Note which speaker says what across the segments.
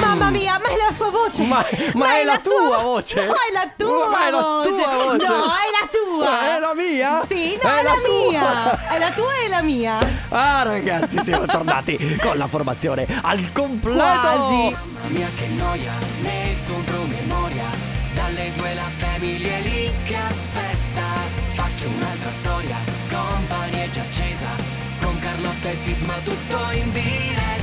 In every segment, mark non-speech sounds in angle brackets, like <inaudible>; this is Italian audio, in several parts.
Speaker 1: Mamma mia, ma è la sua voce!
Speaker 2: Ma- ma è la
Speaker 1: sua
Speaker 2: tua voce?
Speaker 1: No, è la tua!
Speaker 2: Ma è la tua voce?
Speaker 1: No, è la tua!
Speaker 2: Ma è la mia?
Speaker 1: Sì, no,
Speaker 2: È
Speaker 1: è,
Speaker 2: la
Speaker 1: la,
Speaker 2: tua.
Speaker 1: mia! È la tua e la mia!
Speaker 2: Ah ragazzi <laughs> siamo tornati con la formazione al completo
Speaker 1: Quasi.
Speaker 3: Mamma mia che noia, metto un promemoria Dalle due la famiglia è lì che aspetta Faccio un'altra storia, company è già accesa Con Carlotta e Sisma tutto in diretta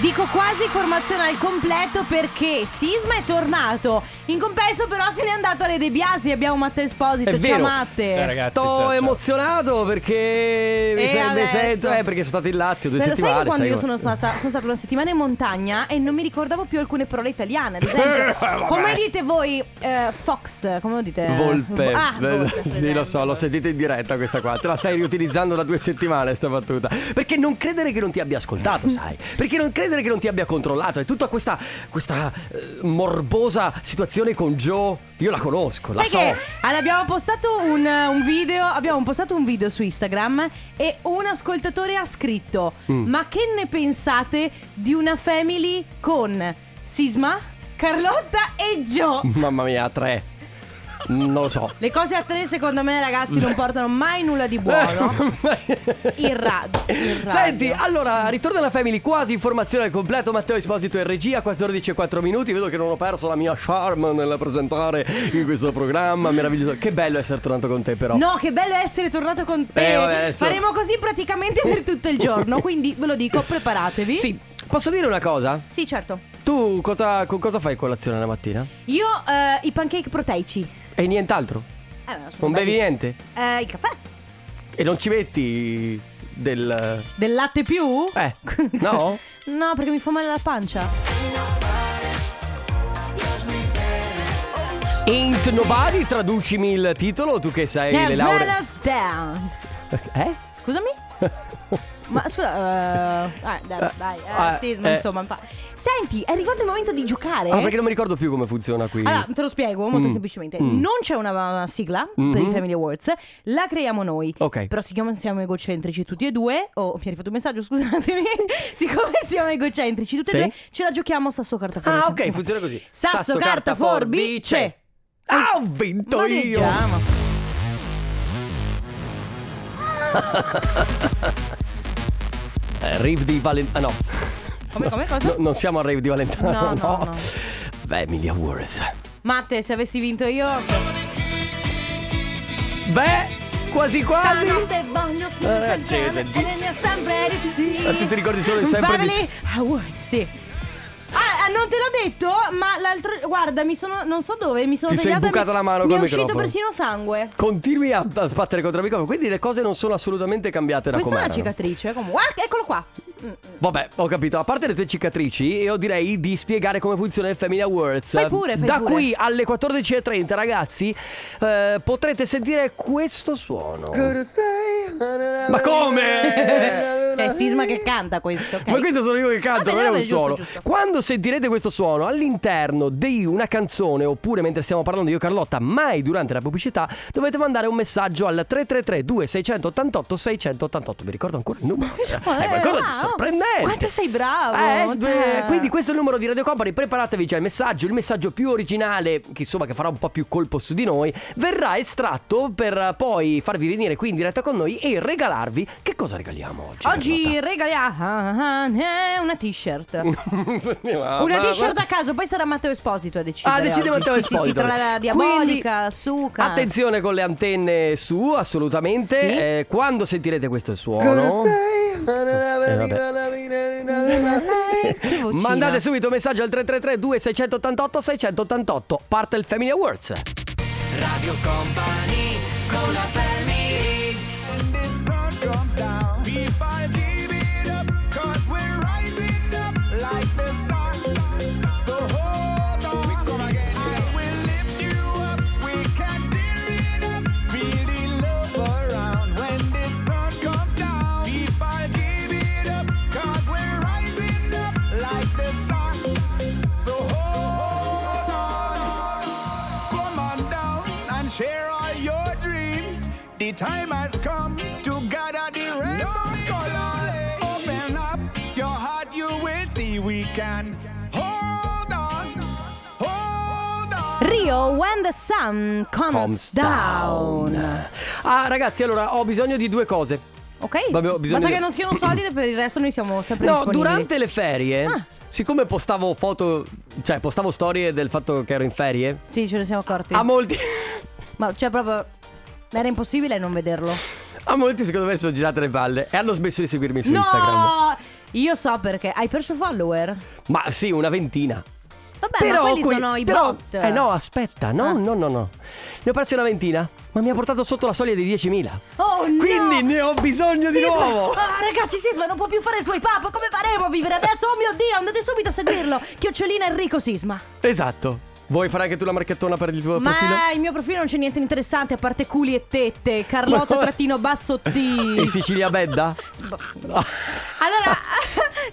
Speaker 1: Dico quasi formazione al completo perché Sisma è tornato. In compenso, però, se n'è andato alle De Biasi. Abbiamo Matteo Esposito.
Speaker 2: È
Speaker 1: Ciao,
Speaker 2: vero. Cioè,
Speaker 1: Matte.
Speaker 4: Ciao, ragazzi.
Speaker 2: Sto
Speaker 4: ciao, ciao.
Speaker 2: emozionato perché mi,
Speaker 1: E
Speaker 2: sen- mi
Speaker 1: adesso?
Speaker 2: sento eh, perché sono stato in Lazio due
Speaker 1: Ma lo sai
Speaker 2: settimane
Speaker 1: che quando
Speaker 2: sai
Speaker 1: io
Speaker 2: come-
Speaker 1: sono stata, sono stata una settimana in montagna e non mi ricordavo più alcune parole
Speaker 2: <laughs>
Speaker 1: italiane. Ad
Speaker 2: Eh,
Speaker 1: esempio, come dite voi, eh, fox? Come lo dite?
Speaker 2: Volpe,
Speaker 1: Ah,
Speaker 2: Beh,
Speaker 1: volpe, per
Speaker 2: sì,
Speaker 1: esempio.
Speaker 2: lo so, l'ho sentita in diretta questa qua. Te la stai riutilizzando da due settimane sta battuta. Perché non credere che non ti abbia ascoltato, sai? Perché non credere che non ti abbia controllato. È tutta questa, questa eh, morbosa situazione con Joe. Io la conosco, la
Speaker 1: Sai
Speaker 2: so.
Speaker 1: che allora, abbiamo postato un, un video Abbiamo postato un video su Instagram E un ascoltatore ha scritto
Speaker 2: Mm.
Speaker 1: Ma che ne pensate di una family con Sisma, Carlotta e Gio
Speaker 2: Mamma mia, tre. Non lo so.
Speaker 1: Le cose a tre secondo me ragazzi
Speaker 2: <laughs>
Speaker 1: non portano mai nulla di buono Il radio, il radio.
Speaker 2: Eh, Senti, allora, ritorno alla family, quasi informazione al completo, Matteo Esposito in regia, 14 e 4 minuti, vedo che non ho perso la mia charm nel presentare in questo programma, meraviglioso, che bello essere tornato con te però.
Speaker 1: No, che bello essere tornato con te.
Speaker 2: Eh, vabbè, adesso-
Speaker 1: Faremo così praticamente per tutto il
Speaker 2: <laughs>
Speaker 1: giorno. Quindi ve lo dico, preparatevi.
Speaker 2: Sì, posso dire una cosa?
Speaker 1: Sì, certo.
Speaker 2: Tu cosa, con cosa fai colazione la mattina?
Speaker 1: Io eh, i pancake proteici.
Speaker 2: E nient'altro?
Speaker 1: Eh, ma sono
Speaker 2: Non bevi
Speaker 1: belli.
Speaker 2: niente?
Speaker 1: Eh, il caffè.
Speaker 2: E non ci metti del...
Speaker 1: Del latte più? <laughs>
Speaker 2: Eh, no?
Speaker 1: No, perché mi fa male la pancia.
Speaker 2: Ain't nobody, traducimi il titolo, tu che sai
Speaker 1: Now
Speaker 2: le lauree...
Speaker 1: let us down.
Speaker 2: Eh?
Speaker 1: Scusami?
Speaker 2: <laughs>
Speaker 1: Ma scusa, eh, ah, dai, dai, eh,
Speaker 2: eh,
Speaker 1: sì, ma
Speaker 2: eh.
Speaker 1: insomma. fa- Senti, è arrivato il momento di giocare.
Speaker 2: Ah, perché Mm. non mi ricordo più come funziona qui.
Speaker 1: Eh? Allora, te lo spiego molto semplicemente. Non c'è una, una sigla per i Family Awards, la creiamo noi.
Speaker 2: Mm-hmm. Ok.
Speaker 1: Però siccome siamo egocentrici tutti e due, oh, mi è arrivato un messaggio, scusatemi. <laughs> siccome siamo egocentrici tutti
Speaker 2: Sì.
Speaker 1: e due, ce la giochiamo sasso carta
Speaker 2: Ah,
Speaker 1: forbice.
Speaker 2: ok, funziona così.
Speaker 1: Sasso, carta, forbice. Eh,
Speaker 2: Ah, ho vinto io!
Speaker 1: Maneggiamo.
Speaker 2: Eh, Rave di Valentano. Ah, no. <laughs>
Speaker 1: Come, come, cosa?
Speaker 2: No, non siamo al Rave di <laughs> Valentano.
Speaker 1: No, no, no.
Speaker 2: Family Awards.
Speaker 1: Matte, se avessi vinto io...
Speaker 2: Ah, Beh, quasi quasi.
Speaker 1: Stanotte voglio
Speaker 2: Eh, sì,
Speaker 1: sempre,
Speaker 2: senti.
Speaker 1: e sempre di sì.
Speaker 2: Ma tu ti ricordi solo il sempre di
Speaker 1: Family Award, sì. Ah, ah, non te l'ho detto, ma l'altro. Guarda, mi sono. Non so dove, mi sono
Speaker 2: Ti sei
Speaker 1: tagliata. e mi-
Speaker 2: bucata la mano
Speaker 1: Mi
Speaker 2: col
Speaker 1: è uscito
Speaker 2: microfono.
Speaker 1: persino sangue.
Speaker 2: Continui a, a sbattere contro il microfono, quindi le cose non sono assolutamente cambiate da
Speaker 1: Questa è
Speaker 2: com'erano.
Speaker 1: una cicatrice, comunque. Ah, eccolo qua.
Speaker 2: Vabbè, ho capito. A parte le tue cicatrici, io direi di spiegare come funziona il Family Awards.
Speaker 1: Fai pure, fai
Speaker 2: da
Speaker 1: pure.
Speaker 2: qui alle 14.30, ragazzi, eh, potrete sentire questo suono. Ma Eh,
Speaker 1: <laughs>
Speaker 2: come?
Speaker 1: È Sisma che canta questo, ok?
Speaker 2: Ma questo sono io che canto,
Speaker 1: Vabbè,
Speaker 2: non è
Speaker 1: vabbè,
Speaker 2: un
Speaker 1: giusto,
Speaker 2: suono.
Speaker 1: giusto.
Speaker 2: Quando sentirete questo suono all'interno di una canzone oppure mentre stiamo parlando io e Carlotta, mai durante la pubblicità, dovete mandare un messaggio al 333 2688 688. Mi ricordo ancora il numero.
Speaker 1: <laughs>
Speaker 2: Eh,
Speaker 1: Cioè,
Speaker 2: È qualcosa di
Speaker 1: wow,
Speaker 2: sorprendente.
Speaker 1: quanto sei bravo,
Speaker 2: Eh,
Speaker 1: cioè.
Speaker 2: eh, quindi questo è il numero di Radio Company, preparatevi già il messaggio, il messaggio più originale, che insomma che farà un po' più colpo su di noi, verrà estratto per eh, poi farvi venire qui in diretta con noi e regalarvi. Che cosa regaliamo oggi?
Speaker 1: Oggi regaliamo eh, una t-shirt.
Speaker 2: Carlotta?
Speaker 1: Una t-shirt a caso, poi sarà Matteo Esposito a decidere.
Speaker 2: Ah, decide
Speaker 1: oggi.
Speaker 2: Matteo
Speaker 1: sì,
Speaker 2: Esposito.
Speaker 1: Sì, sì, tra la diabolica,
Speaker 2: Quindi,
Speaker 1: il suca.
Speaker 2: Attenzione con le antenne su, assolutamente.
Speaker 1: Sì.
Speaker 2: Eh, quando sentirete questo suono. Eh, vabbè.
Speaker 1: Che vocina.
Speaker 2: Mandate subito un messaggio al 333 2688 688. Parte il Family Awards.
Speaker 3: Radio Company, con la family
Speaker 5: Share all your dreams.
Speaker 4: The time has come to gather the rainbow colors. Open up your heart, you will see we can. Hold on, hold on.
Speaker 1: Rio, when the sun comes,
Speaker 2: Comes
Speaker 1: down.
Speaker 2: Ah, ragazzi, allora ho bisogno di due cose.
Speaker 1: Ok?
Speaker 2: Vabbè, ho bisogno
Speaker 1: Basta
Speaker 2: di-
Speaker 1: che non siano solide, per il resto noi siamo sempre
Speaker 2: No,
Speaker 1: disponibili.
Speaker 2: durante le ferie,
Speaker 1: Ah.
Speaker 2: siccome postavo foto, cioè postavo storie del fatto che ero in ferie,
Speaker 1: Sì, ce ne siamo accorti.
Speaker 2: a molti,
Speaker 1: Ma cioè proprio era impossibile non vederlo.
Speaker 2: a molti secondo me sono girate le palle e hanno smesso di seguirmi su
Speaker 1: no!
Speaker 2: Instagram.
Speaker 1: Io so perché hai perso follower.
Speaker 2: Ma sì, una ventina.
Speaker 1: Vabbè, Eh, ma quelli
Speaker 2: que-
Speaker 1: sono i
Speaker 2: però-
Speaker 1: bot.
Speaker 2: Eh no, aspetta, no,
Speaker 1: Ah.
Speaker 2: no, no, no. Ne ho persi una ventina, ma mi ha portato sotto la soglia dei 10.000.
Speaker 1: Oh no!
Speaker 2: Quindi ne ho bisogno di
Speaker 1: Sisma-
Speaker 2: nuovo.
Speaker 1: Ah, ragazzi, Sisma non può più fare i suoi pub. Come faremo a vivere adesso? Oh mio Dio, andate subito a seguirlo. Chiocciolina Enrico Sisma.
Speaker 2: Esatto. Vuoi fare anche tu la marchettona per il tuo
Speaker 1: Ma
Speaker 2: profilo?
Speaker 1: il mio profilo non c'è niente di interessante a parte culi e tette. Carlotta trattino basso
Speaker 2: <laughs>
Speaker 1: T.
Speaker 2: E Sicilia Bedda?
Speaker 1: Allora, <laughs>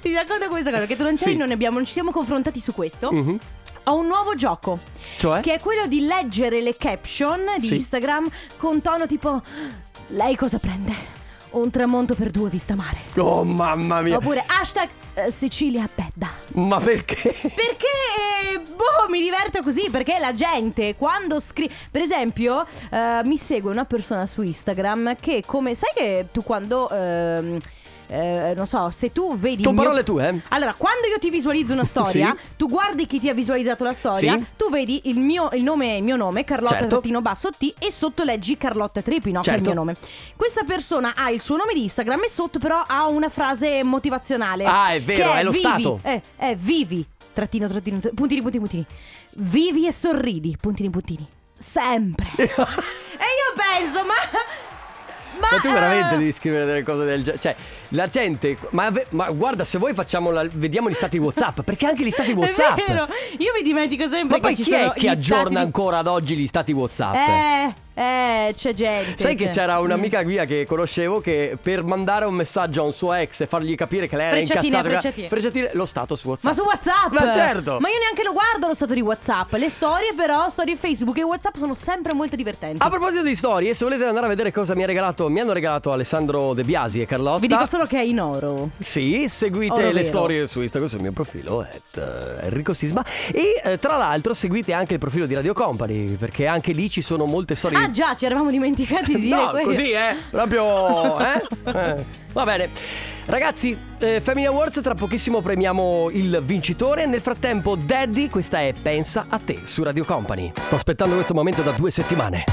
Speaker 1: ti racconto questa cosa che tu non c'eri,
Speaker 2: Sì.
Speaker 1: non ne abbiamo, non ci siamo confrontati su questo.
Speaker 2: Mhm.
Speaker 1: Ho un nuovo gioco.
Speaker 2: Cioè?
Speaker 1: Che è quello di leggere le caption di
Speaker 2: Sì.
Speaker 1: Instagram con tono tipo lei cosa prende? Un tramonto per due vista mare.
Speaker 2: Oh mamma mia.
Speaker 1: Oppure hashtag eh, Sicilia da. Bedda.
Speaker 2: Ma perché?
Speaker 1: Perché eh, boh, mi diverto così? Perché la gente quando scrive. Per esempio, eh, mi segue una persona su Instagram che come. Sai che tu quando. ehm, eh, non so, se tu vedi.
Speaker 2: Con
Speaker 1: il mio-
Speaker 2: parole tue, eh?
Speaker 1: Allora, quando io ti visualizzo una storia,
Speaker 2: <laughs> Sì.
Speaker 1: tu guardi chi ti ha visualizzato la storia,
Speaker 2: Sì.
Speaker 1: tu vedi il mio il nome, il mio nome, Carlotta
Speaker 2: Certo.
Speaker 1: trattino basso T, e sotto leggi Carlotta Trepino, che è il
Speaker 2: Certo.
Speaker 1: mio nome. Questa persona ha il suo nome di Instagram e sotto però ha una frase motivazionale.
Speaker 2: Ah, è vero,
Speaker 1: che
Speaker 2: è lo
Speaker 1: vivi,
Speaker 2: stato.
Speaker 1: eh, eh, vivi, trattino, trattino, tr- puntini, puntini, puntini. Vivi e sorridi, puntini, puntini.
Speaker 2: <laughs>
Speaker 1: Sempre. e io penso, ma... Ma,
Speaker 2: Ma tu
Speaker 1: eh,
Speaker 2: veramente devi scrivere delle cose del genere. Cioè, la gente. Ma, ve- ma guarda, se vuoi facciamo la- vediamo gli stati WhatsApp. Perché anche gli stati WhatsApp.
Speaker 1: È vero, io mi dimentico sempre
Speaker 2: Ma poi
Speaker 1: che ci
Speaker 2: chi è
Speaker 1: sono
Speaker 2: che
Speaker 1: gli
Speaker 2: aggiorna
Speaker 1: stati di-
Speaker 2: ancora ad oggi gli stati WhatsApp?
Speaker 1: Eh, Mm. eh, c'è gente.
Speaker 2: Sai che
Speaker 1: c'è.
Speaker 2: c'era un'amica guida che conoscevo che per mandare un messaggio a un suo ex e fargli capire che lei era
Speaker 1: Frecciatine,
Speaker 2: incazzata cioè
Speaker 1: frecciatine.
Speaker 2: frecciatine, lo stato su WhatsApp.
Speaker 1: Ma su WhatsApp?
Speaker 2: Ma certo.
Speaker 1: Ma io neanche lo guardo lo stato di WhatsApp. Le storie, però, storie Facebook e WhatsApp sono sempre molto divertenti.
Speaker 2: A proposito di storie, se volete andare a vedere cosa mi ha regalato, mi hanno regalato Alessandro De Biasi e Carlotta.
Speaker 1: Vi dico solo che è in oro.
Speaker 2: Sì, seguite
Speaker 1: Oro
Speaker 2: le
Speaker 1: vero.
Speaker 2: storie su Instagram sul mio profilo at, eh, Enrico Sisma e eh, tra l'altro seguite anche il profilo di Radio Company perché anche lì ci sono molte storie
Speaker 1: Ah, già, ci eravamo
Speaker 2: <laughs>
Speaker 1: dimenticati di dire
Speaker 2: No,
Speaker 1: quello.
Speaker 2: così eh,
Speaker 1: <laughs>
Speaker 2: proprio eh? Eh, Va bene. Ragazzi, eh, Family Awards tra pochissimo premiamo il vincitore. Nel frattempo Daddy, questa è Pensa a te su Radio Company. Sto aspettando questo momento da due settimane.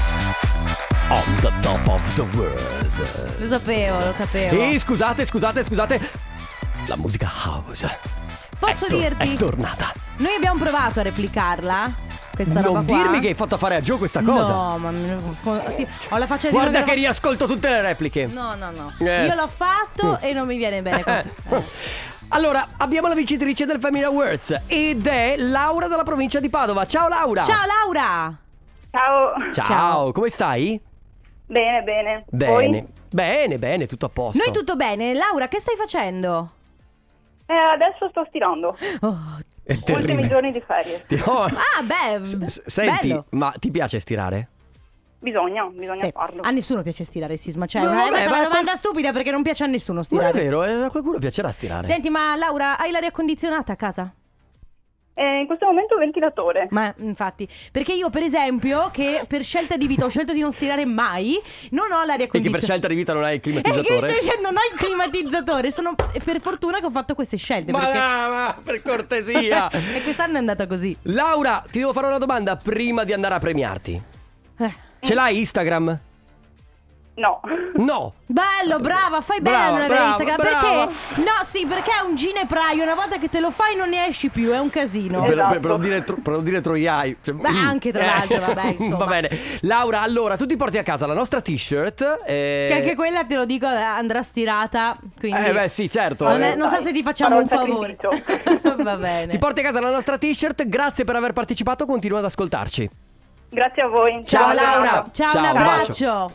Speaker 2: On the top of the world.
Speaker 1: Lo sapevo, lo sapevo.
Speaker 2: E scusate, scusate, scusate. La musica house.
Speaker 1: Posso
Speaker 2: è tor-
Speaker 1: dirti?
Speaker 2: È tornata.
Speaker 1: Noi abbiamo provato a replicarla. Questa roba
Speaker 2: non
Speaker 1: qua.
Speaker 2: dirmi che hai fatto fare a Joe questa cosa.
Speaker 1: No, ma mi- ho la faccia di uno
Speaker 2: Guarda
Speaker 1: l'ha
Speaker 2: che riascolto tutte le repliche.
Speaker 1: No, no, no.
Speaker 2: Eh.
Speaker 1: Io l'ho fatto e non mi viene bene così.
Speaker 2: Eh. Allora, abbiamo la vincitrice del Family Awards ed è Laura dalla provincia di Padova. Ciao Laura!
Speaker 1: Ciao Laura!
Speaker 5: Ciao.
Speaker 2: Ciao,
Speaker 1: Ciao.
Speaker 2: come stai?
Speaker 5: Bene, bene.
Speaker 2: Bene.
Speaker 5: Voi?
Speaker 2: Bene, bene, tutto a posto.
Speaker 1: Noi tutto bene. Laura, che stai facendo?
Speaker 5: Eh, adesso sto stirando.
Speaker 1: Oh,
Speaker 2: È
Speaker 5: Ultimi
Speaker 2: terribile.
Speaker 5: giorni di ferie.
Speaker 2: Oh.
Speaker 1: Ah, beh,
Speaker 2: S- s-
Speaker 1: bello.
Speaker 2: senti, ma ti piace stirare?
Speaker 5: Bisogna, bisogna
Speaker 1: Eh,
Speaker 5: farlo.
Speaker 1: a nessuno piace stirare il sisma, cioè,
Speaker 2: No,
Speaker 1: eh,
Speaker 2: vabbè,
Speaker 1: questa è
Speaker 2: ma
Speaker 1: una
Speaker 2: è
Speaker 1: domanda
Speaker 2: quel-
Speaker 1: stupida perché non piace a nessuno
Speaker 2: Non è
Speaker 1: stirare.
Speaker 2: vero, eh, a qualcuno piacerà stirare.
Speaker 1: Senti, ma Laura, hai l'aria condizionata a casa?
Speaker 5: Eh, in questo momento ventilatore.
Speaker 1: Ma infatti, perché io per esempio che per scelta di vita ho scelto di non stirare mai, non ho l'aria
Speaker 2: e che per
Speaker 1: condizionata.
Speaker 2: scelta di vita non hai il
Speaker 1: E che
Speaker 2: climatizzatore?
Speaker 1: cioè, cioè, non ho il climatizzatore, sono per fortuna che ho fatto queste scelte
Speaker 2: ma,
Speaker 1: perché
Speaker 2: ma per
Speaker 1: <laughs>
Speaker 2: cortesia!
Speaker 1: e quest'anno è andata così.
Speaker 2: Laura, ti devo fare una domanda prima di andare a premiarti.
Speaker 1: Eh.
Speaker 2: Ce l'hai Instagram?
Speaker 6: <laughs>
Speaker 5: No.
Speaker 2: No!
Speaker 1: Bello, brava, fai bene
Speaker 2: Brava,
Speaker 1: a non avere
Speaker 2: brava,
Speaker 1: Instagram
Speaker 2: brava.
Speaker 1: perché No, sì, perché è un ginepraio, una volta che te lo fai non ne esci più, è un casino.
Speaker 2: Per,
Speaker 5: Esatto.
Speaker 2: per- per non dire, tro- per non dire troiai. Cioè,
Speaker 1: Beh, anche tra
Speaker 2: eh,
Speaker 1: l'altro, vabbè,
Speaker 2: <laughs>
Speaker 1: insomma.
Speaker 2: Va bene. Laura, allora, tu ti porti a casa la nostra t-shirt. eh,
Speaker 1: Che anche quella te lo dico andrà stirata. Quindi
Speaker 2: Eh, beh, sì, certo.
Speaker 1: Non, è-
Speaker 2: Eh,
Speaker 1: non so
Speaker 5: dai,
Speaker 1: se ti facciamo un
Speaker 5: farò
Speaker 1: favore.
Speaker 5: un
Speaker 1: <laughs> Va bene.
Speaker 2: Ti porti a casa la nostra t-shirt. Grazie per aver partecipato. Continua ad ascoltarci.
Speaker 5: Grazie a voi.
Speaker 1: Ciao
Speaker 5: Buona
Speaker 1: Laura,
Speaker 5: giornata.
Speaker 1: ciao,
Speaker 2: Ciao,
Speaker 1: un
Speaker 2: un
Speaker 1: abbraccio.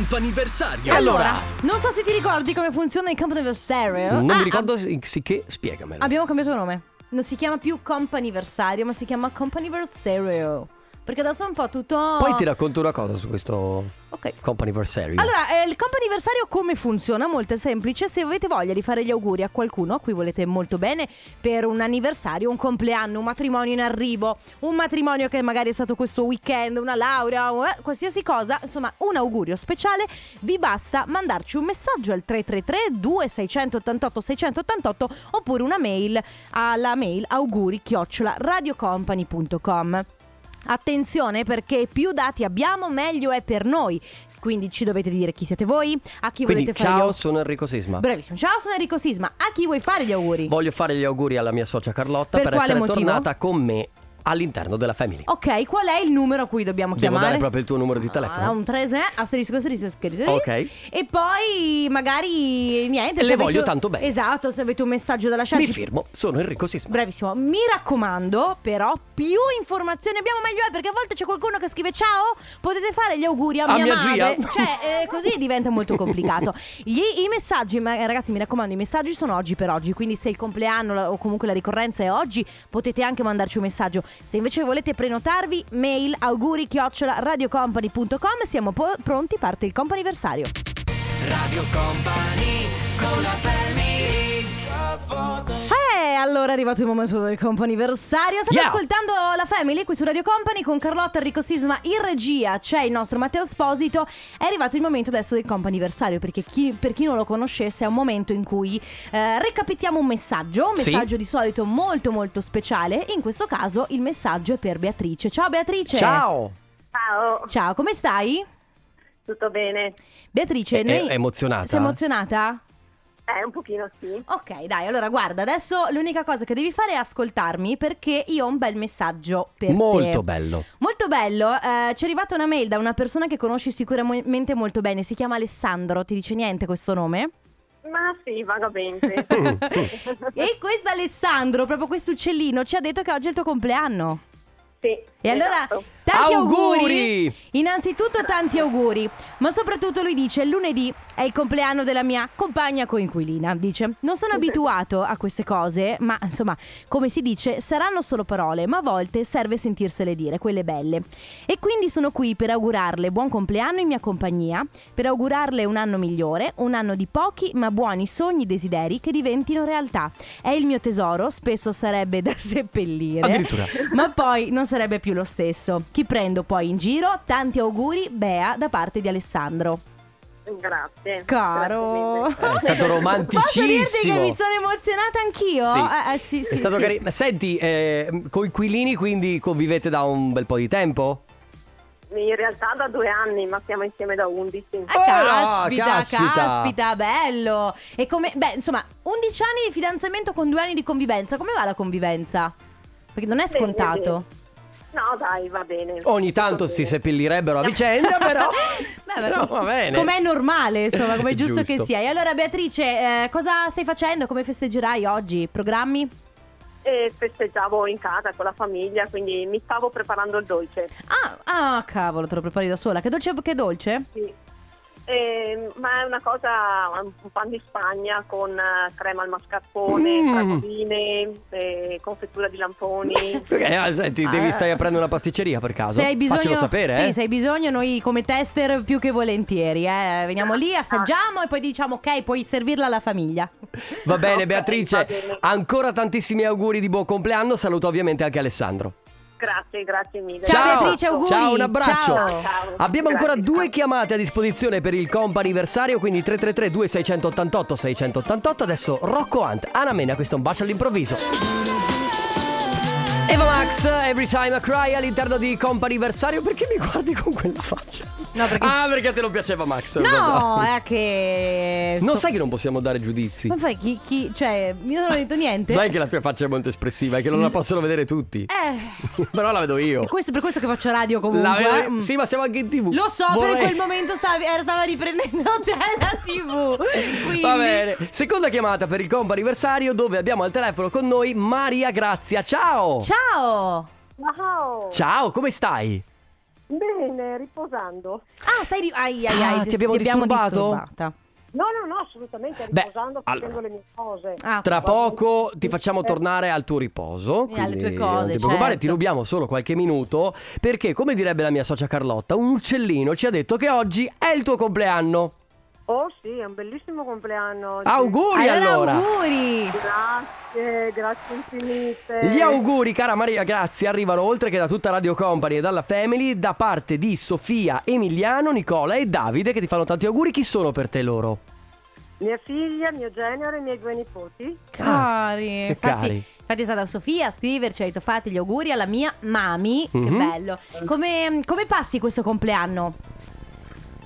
Speaker 2: Comp'anniversario.
Speaker 1: Allora, non so se ti ricordi come funziona il comp'anniversario.
Speaker 2: non
Speaker 1: Ah,
Speaker 2: mi ricordo si- sicché, spiegamelo.
Speaker 1: ab- abbiamo cambiato nome. Non si chiama più comp'anniversario, ma si chiama comp'anniversario. Perché adesso è un po' tutto...
Speaker 2: Poi ti racconto una cosa su questo
Speaker 1: Ok.
Speaker 2: comp'anniversario.
Speaker 1: Allora, eh, il comp'anniversario come funziona? Molto semplice, se avete voglia di fare gli auguri a qualcuno a cui volete molto bene per un anniversario, un compleanno, un matrimonio in arrivo, un matrimonio che magari è stato questo weekend, una laurea, un- eh, qualsiasi cosa, insomma un augurio speciale, vi basta mandarci un messaggio al 333 2688 688 oppure una mail alla mail auguri chiocciola radiocompany.com. Attenzione perché più dati abbiamo meglio è per noi. Quindi ci dovete dire chi siete voi, a chi
Speaker 2: Quindi
Speaker 1: volete fare gli
Speaker 2: ciao,
Speaker 1: auguri.
Speaker 2: sono Enrico Sisma.
Speaker 1: Bravissimo. Ciao, sono Enrico Sisma. A chi vuoi fare gli auguri?
Speaker 2: Voglio fare gli auguri alla mia socia Carlotta
Speaker 1: Per
Speaker 2: per,
Speaker 1: quale
Speaker 2: essere
Speaker 1: motivo? Oh,
Speaker 2: tornata con me all'interno della family.
Speaker 1: ok, qual è il numero a cui dobbiamo
Speaker 2: Devo
Speaker 1: chiamare?
Speaker 2: dare proprio il tuo numero di telefono.
Speaker 1: Ah, un 3 asterisco asterisco asterisco.
Speaker 2: Ok.
Speaker 1: E poi magari niente,
Speaker 2: E
Speaker 1: se
Speaker 2: le
Speaker 1: avete-
Speaker 2: voglio tanto bene.
Speaker 1: Esatto, se avete un messaggio da
Speaker 2: Mi
Speaker 1: lasciarci
Speaker 2: firmo, sono Enrico Sisma.
Speaker 1: Bravissimo, mi raccomando, però più informazioni abbiamo meglio è perché a volte c'è qualcuno che scrive ciao, potete fare gli auguri a,
Speaker 2: A
Speaker 1: mia,
Speaker 2: mia
Speaker 1: madre.
Speaker 2: zia.
Speaker 1: Cioè, eh, così diventa molto complicato. Gli- I messaggi, ma, eh, ragazzi, mi raccomando, i messaggi sono oggi per oggi, quindi se il compleanno la- o comunque la ricorrenza è oggi, potete anche mandarci un messaggio. Se invece volete prenotarvi, mail auguri chiocciola radiocompany.com, siamo po- pronti, parte il comp'anniversario.
Speaker 3: Radio Company con la family
Speaker 1: Eh, allora è arrivato il momento del comp'anniversario. State
Speaker 2: Yeah.
Speaker 1: ascoltando la Family qui su Radio Company con Carlotta Enrico Sisma in regia. C'è il nostro Matteo Sposito. È arrivato il momento adesso del comp'anniversario perché chi- per chi non lo conoscesse è un momento in cui eh, recapitiamo un messaggio, un
Speaker 2: Sì.
Speaker 1: messaggio di solito molto molto speciale. In questo caso il messaggio è per Beatrice. Ciao Beatrice.
Speaker 2: Ciao!
Speaker 5: Ciao,
Speaker 1: Ciao, come stai?
Speaker 5: tutto bene?
Speaker 1: Beatrice,
Speaker 2: È-
Speaker 1: cioè, noi-
Speaker 2: è emozionata?
Speaker 1: Sei emozionata?
Speaker 5: Eh, un pochino sì.
Speaker 1: Ok, dai, allora guarda, adesso l'unica cosa che devi fare è ascoltarmi perché io ho un bel messaggio per te.
Speaker 2: Molto bello.
Speaker 1: Molto bello, eh, ci è arrivata una mail da una persona che conosci sicuramente molto bene, si chiama Alessandro, ti dice niente questo nome?
Speaker 5: Ma
Speaker 1: <laughs>
Speaker 5: sì, vagamente.
Speaker 2: Mm,
Speaker 1: e questo Alessandro, proprio questo uccellino, ci ha detto che oggi è il tuo compleanno.
Speaker 5: sì.
Speaker 1: E allora,
Speaker 5: esatto.
Speaker 1: tanti auguri.
Speaker 2: Auguri!
Speaker 1: Innanzitutto tanti auguri, ma soprattutto lui dice lunedì è il compleanno della mia compagna coinquilina, dice "Non sono abituato a queste cose, ma insomma, come si dice, saranno solo parole, ma a volte serve sentirsele dire, quelle belle. E quindi sono qui per augurarle buon compleanno in mia compagnia, per augurarle un anno migliore, un anno di pochi ma buoni sogni e desideri che diventino realtà. È il mio tesoro, spesso sarebbe da seppellire.
Speaker 2: Addirittura.
Speaker 1: Ma poi non sarebbe più lo stesso. Chi prendo poi in giro? Tanti auguri, Bea, da parte di Alessandro.
Speaker 5: Grazie.
Speaker 1: Caro.
Speaker 5: Grazie
Speaker 2: È stato romanticissimo.
Speaker 1: Posso dirti che mi sono emozionata anch'io?
Speaker 2: Sì.
Speaker 1: Eh, eh, sì, sì,
Speaker 2: È stato
Speaker 1: sì.
Speaker 2: carino. Senti, eh, coinquilini quindi convivete da un bel po' di tempo?
Speaker 5: mille. In realtà da due anni, ma siamo insieme da 11.
Speaker 1: Ah,
Speaker 2: Oh,
Speaker 1: caspita, caspita,
Speaker 2: caspita.
Speaker 1: bello. E come, beh, insomma, 11 anni di fidanzamento con 2 anni di convivenza. Come va la convivenza? Perché non è
Speaker 5: Bene,
Speaker 1: scontato.
Speaker 5: No, dai, va bene.
Speaker 2: Ogni
Speaker 5: Tutto
Speaker 2: tanto si
Speaker 5: bene.
Speaker 2: seppellirebbero a vicenda, però.
Speaker 1: <laughs> Beh,
Speaker 2: però va bene.
Speaker 1: Com'è normale, insomma, come è
Speaker 2: <laughs> È
Speaker 1: giusto, che
Speaker 2: giusto.
Speaker 1: sia. E allora, Beatrice, eh, cosa stai facendo? Come festeggerai oggi? Programmi?
Speaker 5: E festeggiavo in casa con la famiglia, quindi mi stavo preparando il dolce.
Speaker 1: Ah, ah, cavolo, te lo prepari da sola. Che dolce, che dolce?
Speaker 5: Sì. Ehm, ma è una cosa, un pan di Spagna con eh, crema al mascarpone,
Speaker 2: Mm.
Speaker 5: fragoline, eh, confettura di lamponi.
Speaker 2: Eh, ah, senti, devi
Speaker 1: Ah.
Speaker 2: stai aprendo una pasticceria per caso?
Speaker 1: Se hai bisogno,
Speaker 2: Faccelo sapere,
Speaker 1: sì,
Speaker 2: eh.
Speaker 1: se hai bisogno, noi come tester più che volentieri. eh. Veniamo lì, assaggiamo e poi diciamo, ok, puoi servirla alla famiglia.
Speaker 2: Va bene,
Speaker 5: Ok,
Speaker 2: Beatrice.
Speaker 5: va bene.
Speaker 2: Ancora tantissimi auguri di buon compleanno. Saluto ovviamente anche Alessandro.
Speaker 5: grazie, grazie mille.
Speaker 1: Ciao, Beatrice, auguri.
Speaker 2: Ciao, un abbraccio.
Speaker 1: Ciao.
Speaker 5: Ciao.
Speaker 2: Abbiamo ancora
Speaker 5: Grazie,
Speaker 2: due
Speaker 5: ciao.
Speaker 2: chiamate a disposizione per il comp anniversario, quindi 333 2688 688. Adesso Rocco Hunt, Anna Mena, questo è un bacio all'improvviso. Eva Max, Every Time I Cry all'interno di comp anniversario, perché mi guardi con quella faccia?
Speaker 1: No, perché-
Speaker 2: Ah, perché a te non piaceva Max?
Speaker 1: No,
Speaker 2: guarda.
Speaker 1: è che.
Speaker 2: Non
Speaker 1: so-
Speaker 2: sai che non possiamo dare giudizi?
Speaker 1: Ma fai chi, chi- Cioè, io non ho detto niente.
Speaker 2: Sai che la tua faccia è molto espressiva e che non la possono vedere tutti.
Speaker 1: Mm. Eh,
Speaker 2: <laughs> Però la vedo io.
Speaker 1: è questo, per questo che faccio radio comunque.
Speaker 2: La vedo-
Speaker 1: Mm.
Speaker 2: Sì, ma siamo anche in tv.
Speaker 1: Lo so, per
Speaker 2: Vorrei-
Speaker 1: quel momento stavi, eh, stava riprendendo <laughs> te la TV. Quindi...
Speaker 2: Va bene, seconda chiamata per il combo anniversario dove abbiamo al telefono con noi Maria Grazia. Ciao!
Speaker 1: Ciao.
Speaker 5: Ciao.
Speaker 2: Ciao, come stai?
Speaker 5: Bene, riposando.
Speaker 1: Ah, stai di... Ai, ai,
Speaker 2: Ah,
Speaker 1: ai,
Speaker 2: ti abbiamo disturbato?
Speaker 1: disturbata.
Speaker 5: No, no, no, assolutamente,
Speaker 2: Beh,
Speaker 5: riposando, facendo
Speaker 2: allora.
Speaker 5: le mie cose.
Speaker 1: Ah,
Speaker 2: Tra poco ti facciamo
Speaker 5: Eh.
Speaker 2: tornare al tuo riposo.
Speaker 1: E Eh, alle
Speaker 2: quindi
Speaker 1: tue
Speaker 2: Non
Speaker 1: cose,
Speaker 2: ti preoccupare,
Speaker 1: certo.
Speaker 2: ti rubiamo solo qualche minuto. Perché, come direbbe la mia socia Carlotta, un uccellino ci ha detto che oggi è il tuo compleanno.
Speaker 5: Oh sì, è un bellissimo compleanno. oggi.
Speaker 2: Auguri
Speaker 1: allora,
Speaker 2: allora!
Speaker 1: auguri.
Speaker 5: Grazie, Eh, grazie infinite.
Speaker 2: Gli auguri, cara Maria, grazie. Arrivano oltre che da tutta Radio Company e dalla Family, da parte di Sofia, Emiliano, Nicola e Davide, che ti fanno tanti auguri. Chi sono per te loro?
Speaker 5: Mia figlia, mio genero e i miei due nipoti.
Speaker 1: Cari,
Speaker 2: che
Speaker 1: infatti,
Speaker 2: cari.
Speaker 1: infatti è stata Sofia a scriverci, ha detto fate gli auguri alla mia mami, che
Speaker 2: Mhm.
Speaker 1: bello. Come, come passi questo compleanno?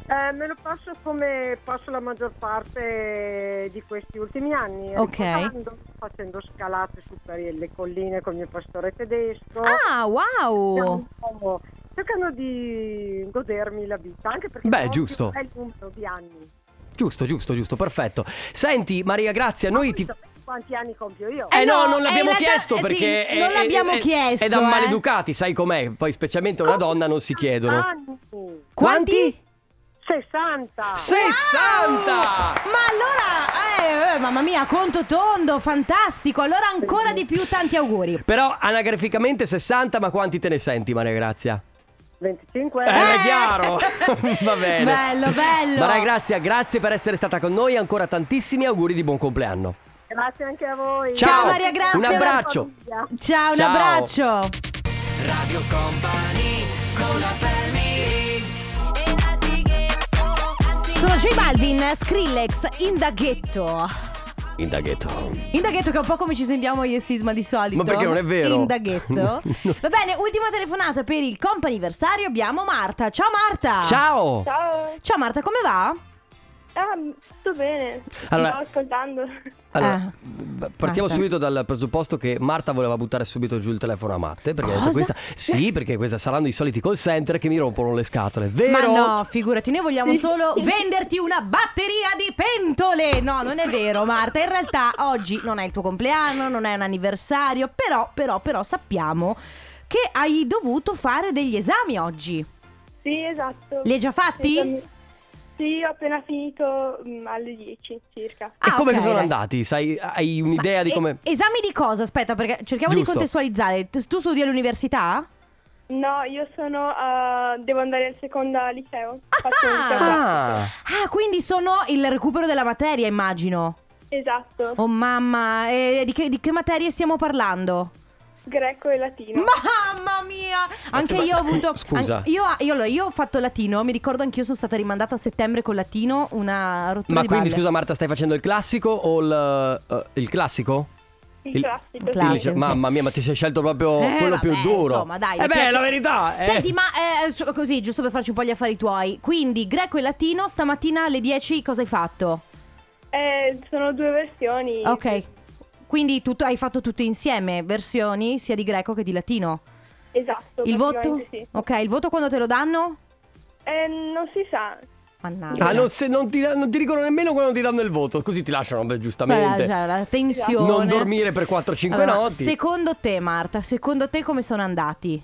Speaker 5: Eh, me lo passo come passo la maggior parte di questi ultimi anni.
Speaker 1: Ok.
Speaker 5: riposando, Facendo scalate su per le colline con il mio pastore tedesco.
Speaker 1: Ah,
Speaker 2: oh.
Speaker 1: wow!
Speaker 5: Cercando- Cercando di godermi la vita, anche perché
Speaker 2: Beh,
Speaker 5: oggi
Speaker 2: giusto.
Speaker 5: è il numero di anni.
Speaker 2: Giusto, giusto, giusto, perfetto. Senti, Maria, grazie. Noi
Speaker 5: Voi
Speaker 2: ti.
Speaker 5: sapete quanti anni compio io?
Speaker 2: Eh no,
Speaker 1: Eh no,
Speaker 2: non l'abbiamo
Speaker 1: eh, in realtà-
Speaker 2: chiesto
Speaker 1: eh, sì,
Speaker 2: perché è-
Speaker 1: non
Speaker 2: è-
Speaker 1: l'abbiamo
Speaker 2: è-
Speaker 1: chiesto,
Speaker 2: È da
Speaker 1: eh.
Speaker 2: maleducati, sai com'è? Poi specialmente una donna non si chiedono.
Speaker 5: Anni.
Speaker 2: Quanti?
Speaker 5: 60.
Speaker 2: 60!
Speaker 1: Ma allora, eh, eh, mamma mia, conto tondo, fantastico. Allora ancora di più tanti auguri.
Speaker 2: Però anagraficamente 60, ma quanti te ne senti, Maria Grazia?
Speaker 5: 25.
Speaker 2: Eh,
Speaker 1: Eh.
Speaker 2: è
Speaker 1: <laughs>
Speaker 2: chiaro! Va bene.
Speaker 1: Bello, bello.
Speaker 2: Maria Grazia, grazie per essere stata con noi. Ancora tantissimi auguri di buon compleanno.
Speaker 5: Grazie anche a voi.
Speaker 1: Ciao, Ciao, Maria, grazie.
Speaker 2: Un abbraccio.
Speaker 1: Ciao, un
Speaker 2: Ciao.
Speaker 1: abbraccio.
Speaker 3: Radio Company con la family
Speaker 1: Sono J Balvin, Skrillex, Indaghetto.
Speaker 2: Indaghetto.
Speaker 1: Indaghetto che è un po' come ci sentiamo io e Sisma di solito.
Speaker 2: Ma perché non è vero? <laughs>
Speaker 1: Indaghetto. Va bene, ultima telefonata per il comp anniversario abbiamo Marta. Ciao Marta.
Speaker 2: Ciao!
Speaker 6: Ciao,
Speaker 1: Ciao Marta, come va?
Speaker 6: ah, tutto bene.
Speaker 2: Allora-
Speaker 6: Stavo ascoltando. <laughs>
Speaker 2: Allora,
Speaker 1: Eh.
Speaker 2: b- partiamo
Speaker 1: Marta.
Speaker 2: subito dal presupposto che Marta voleva buttare subito giù il telefono a Matte. Perché ha detto
Speaker 1: Cosa? Cioè
Speaker 2: questa- Sì, perché questa saranno i soliti call center che mi rompono le scatole, vero?
Speaker 1: Ma no, figurati, noi vogliamo solo venderti una batteria di pentole. No, non è vero, Marta. In realtà oggi non è il tuo compleanno, non è un anniversario, però, però, però sappiamo che hai dovuto fare degli esami oggi.
Speaker 6: Sì, esatto.
Speaker 1: Li hai già fatti?
Speaker 6: Sì, ho appena finito mm, alle 10 circa.
Speaker 2: E
Speaker 1: Ah,
Speaker 2: come
Speaker 1: ok,
Speaker 2: che sono
Speaker 1: dai.
Speaker 2: andati? Sai, hai un'idea di
Speaker 1: E-
Speaker 2: come.
Speaker 1: Esami di cosa? Aspetta, perché cerchiamo di
Speaker 2: Giusto.
Speaker 1: contestualizzare. Tu tu studi all'università?
Speaker 6: No, io sono. a- devo andare al secondo liceo. Faccio un liceo
Speaker 1: Ah.
Speaker 2: Ah,
Speaker 1: Ah, quindi sono il recupero della materia, immagino.
Speaker 6: pratico. Esatto.
Speaker 1: Oh mamma, e di che, di che materie stiamo parlando?
Speaker 6: Greco e latino.
Speaker 1: Mamma mia! Anche
Speaker 2: Ma
Speaker 1: io ho
Speaker 2: scu-
Speaker 1: avuto.
Speaker 2: scusa.
Speaker 1: an- io, io- allora, io ho fatto latino, mi ricordo anch'io sono stata rimandata a settembre con latino, una rottura
Speaker 2: ma
Speaker 1: di
Speaker 2: quindi
Speaker 1: balle.
Speaker 2: scusa Marta, stai facendo il classico o il, eh, il classico?
Speaker 6: il,
Speaker 2: il-
Speaker 6: classico.
Speaker 1: Classico.
Speaker 2: Il- mamma mia, ma ti sei scelto proprio
Speaker 1: Eh,
Speaker 2: quello più
Speaker 1: vabbè,
Speaker 2: duro.
Speaker 1: Insomma, dai.
Speaker 2: eh
Speaker 1: mi
Speaker 2: beh,
Speaker 1: piace-
Speaker 2: la verità. eh.
Speaker 1: Senti, ma eh, su- così, giusto per farci un po' gli affari tuoi. Quindi, greco e latino, stamattina alle 10 cosa hai fatto?
Speaker 6: Eh, sono due versioni.
Speaker 1: Ok. Quindi tutto, hai fatto tutto insieme, versioni sia di greco che di latino.
Speaker 6: Esatto.
Speaker 1: Il voto?
Speaker 6: praticamente Sì.
Speaker 1: Ok, il voto quando te lo danno?
Speaker 6: Eh, non si sa.
Speaker 1: Mannaggia.
Speaker 2: Ah, non, se- non ti, non ti dicono nemmeno quando ti danno il voto, così ti lasciano, beh, giustamente.
Speaker 1: Cioè, la tensione.
Speaker 2: Non dormire per 4-5
Speaker 1: Allora,
Speaker 2: notti.
Speaker 1: Secondo te, Marta, secondo te come sono andati?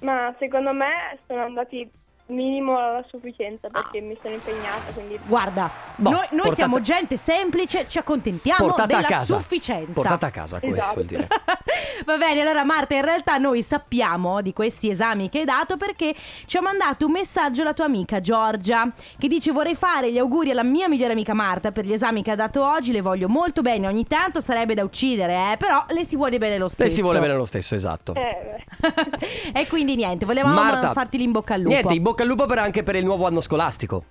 Speaker 6: Ma secondo me sono andati minimo alla sufficienza perché mi sono impegnata, quindi eh,
Speaker 1: Guarda,
Speaker 2: Boh,
Speaker 1: noi, noi
Speaker 2: portate-
Speaker 1: siamo gente semplice, ci accontentiamo
Speaker 2: Portata a
Speaker 1: della
Speaker 2: casa.
Speaker 1: sufficienza.
Speaker 2: Portata a casa, questo
Speaker 6: Esatto.
Speaker 2: vuol
Speaker 1: <laughs>
Speaker 2: dire.
Speaker 1: Va bene, allora Marta, in realtà noi sappiamo di questi esami che hai dato perché ci ha mandato un messaggio la tua amica Giorgia che dice vorrei fare gli auguri alla mia migliore amica Marta per gli esami che ha dato oggi, le voglio molto bene, ogni tanto sarebbe da uccidere, eh, però le si vuole bene lo stesso.
Speaker 2: E si vuole bene lo stesso, esatto.
Speaker 6: eh,
Speaker 1: <laughs> e quindi niente, volevamo
Speaker 2: Marta,
Speaker 1: farti l'in bocca al lupo.
Speaker 2: Niente, in bocca al lupo per anche per il nuovo anno scolastico.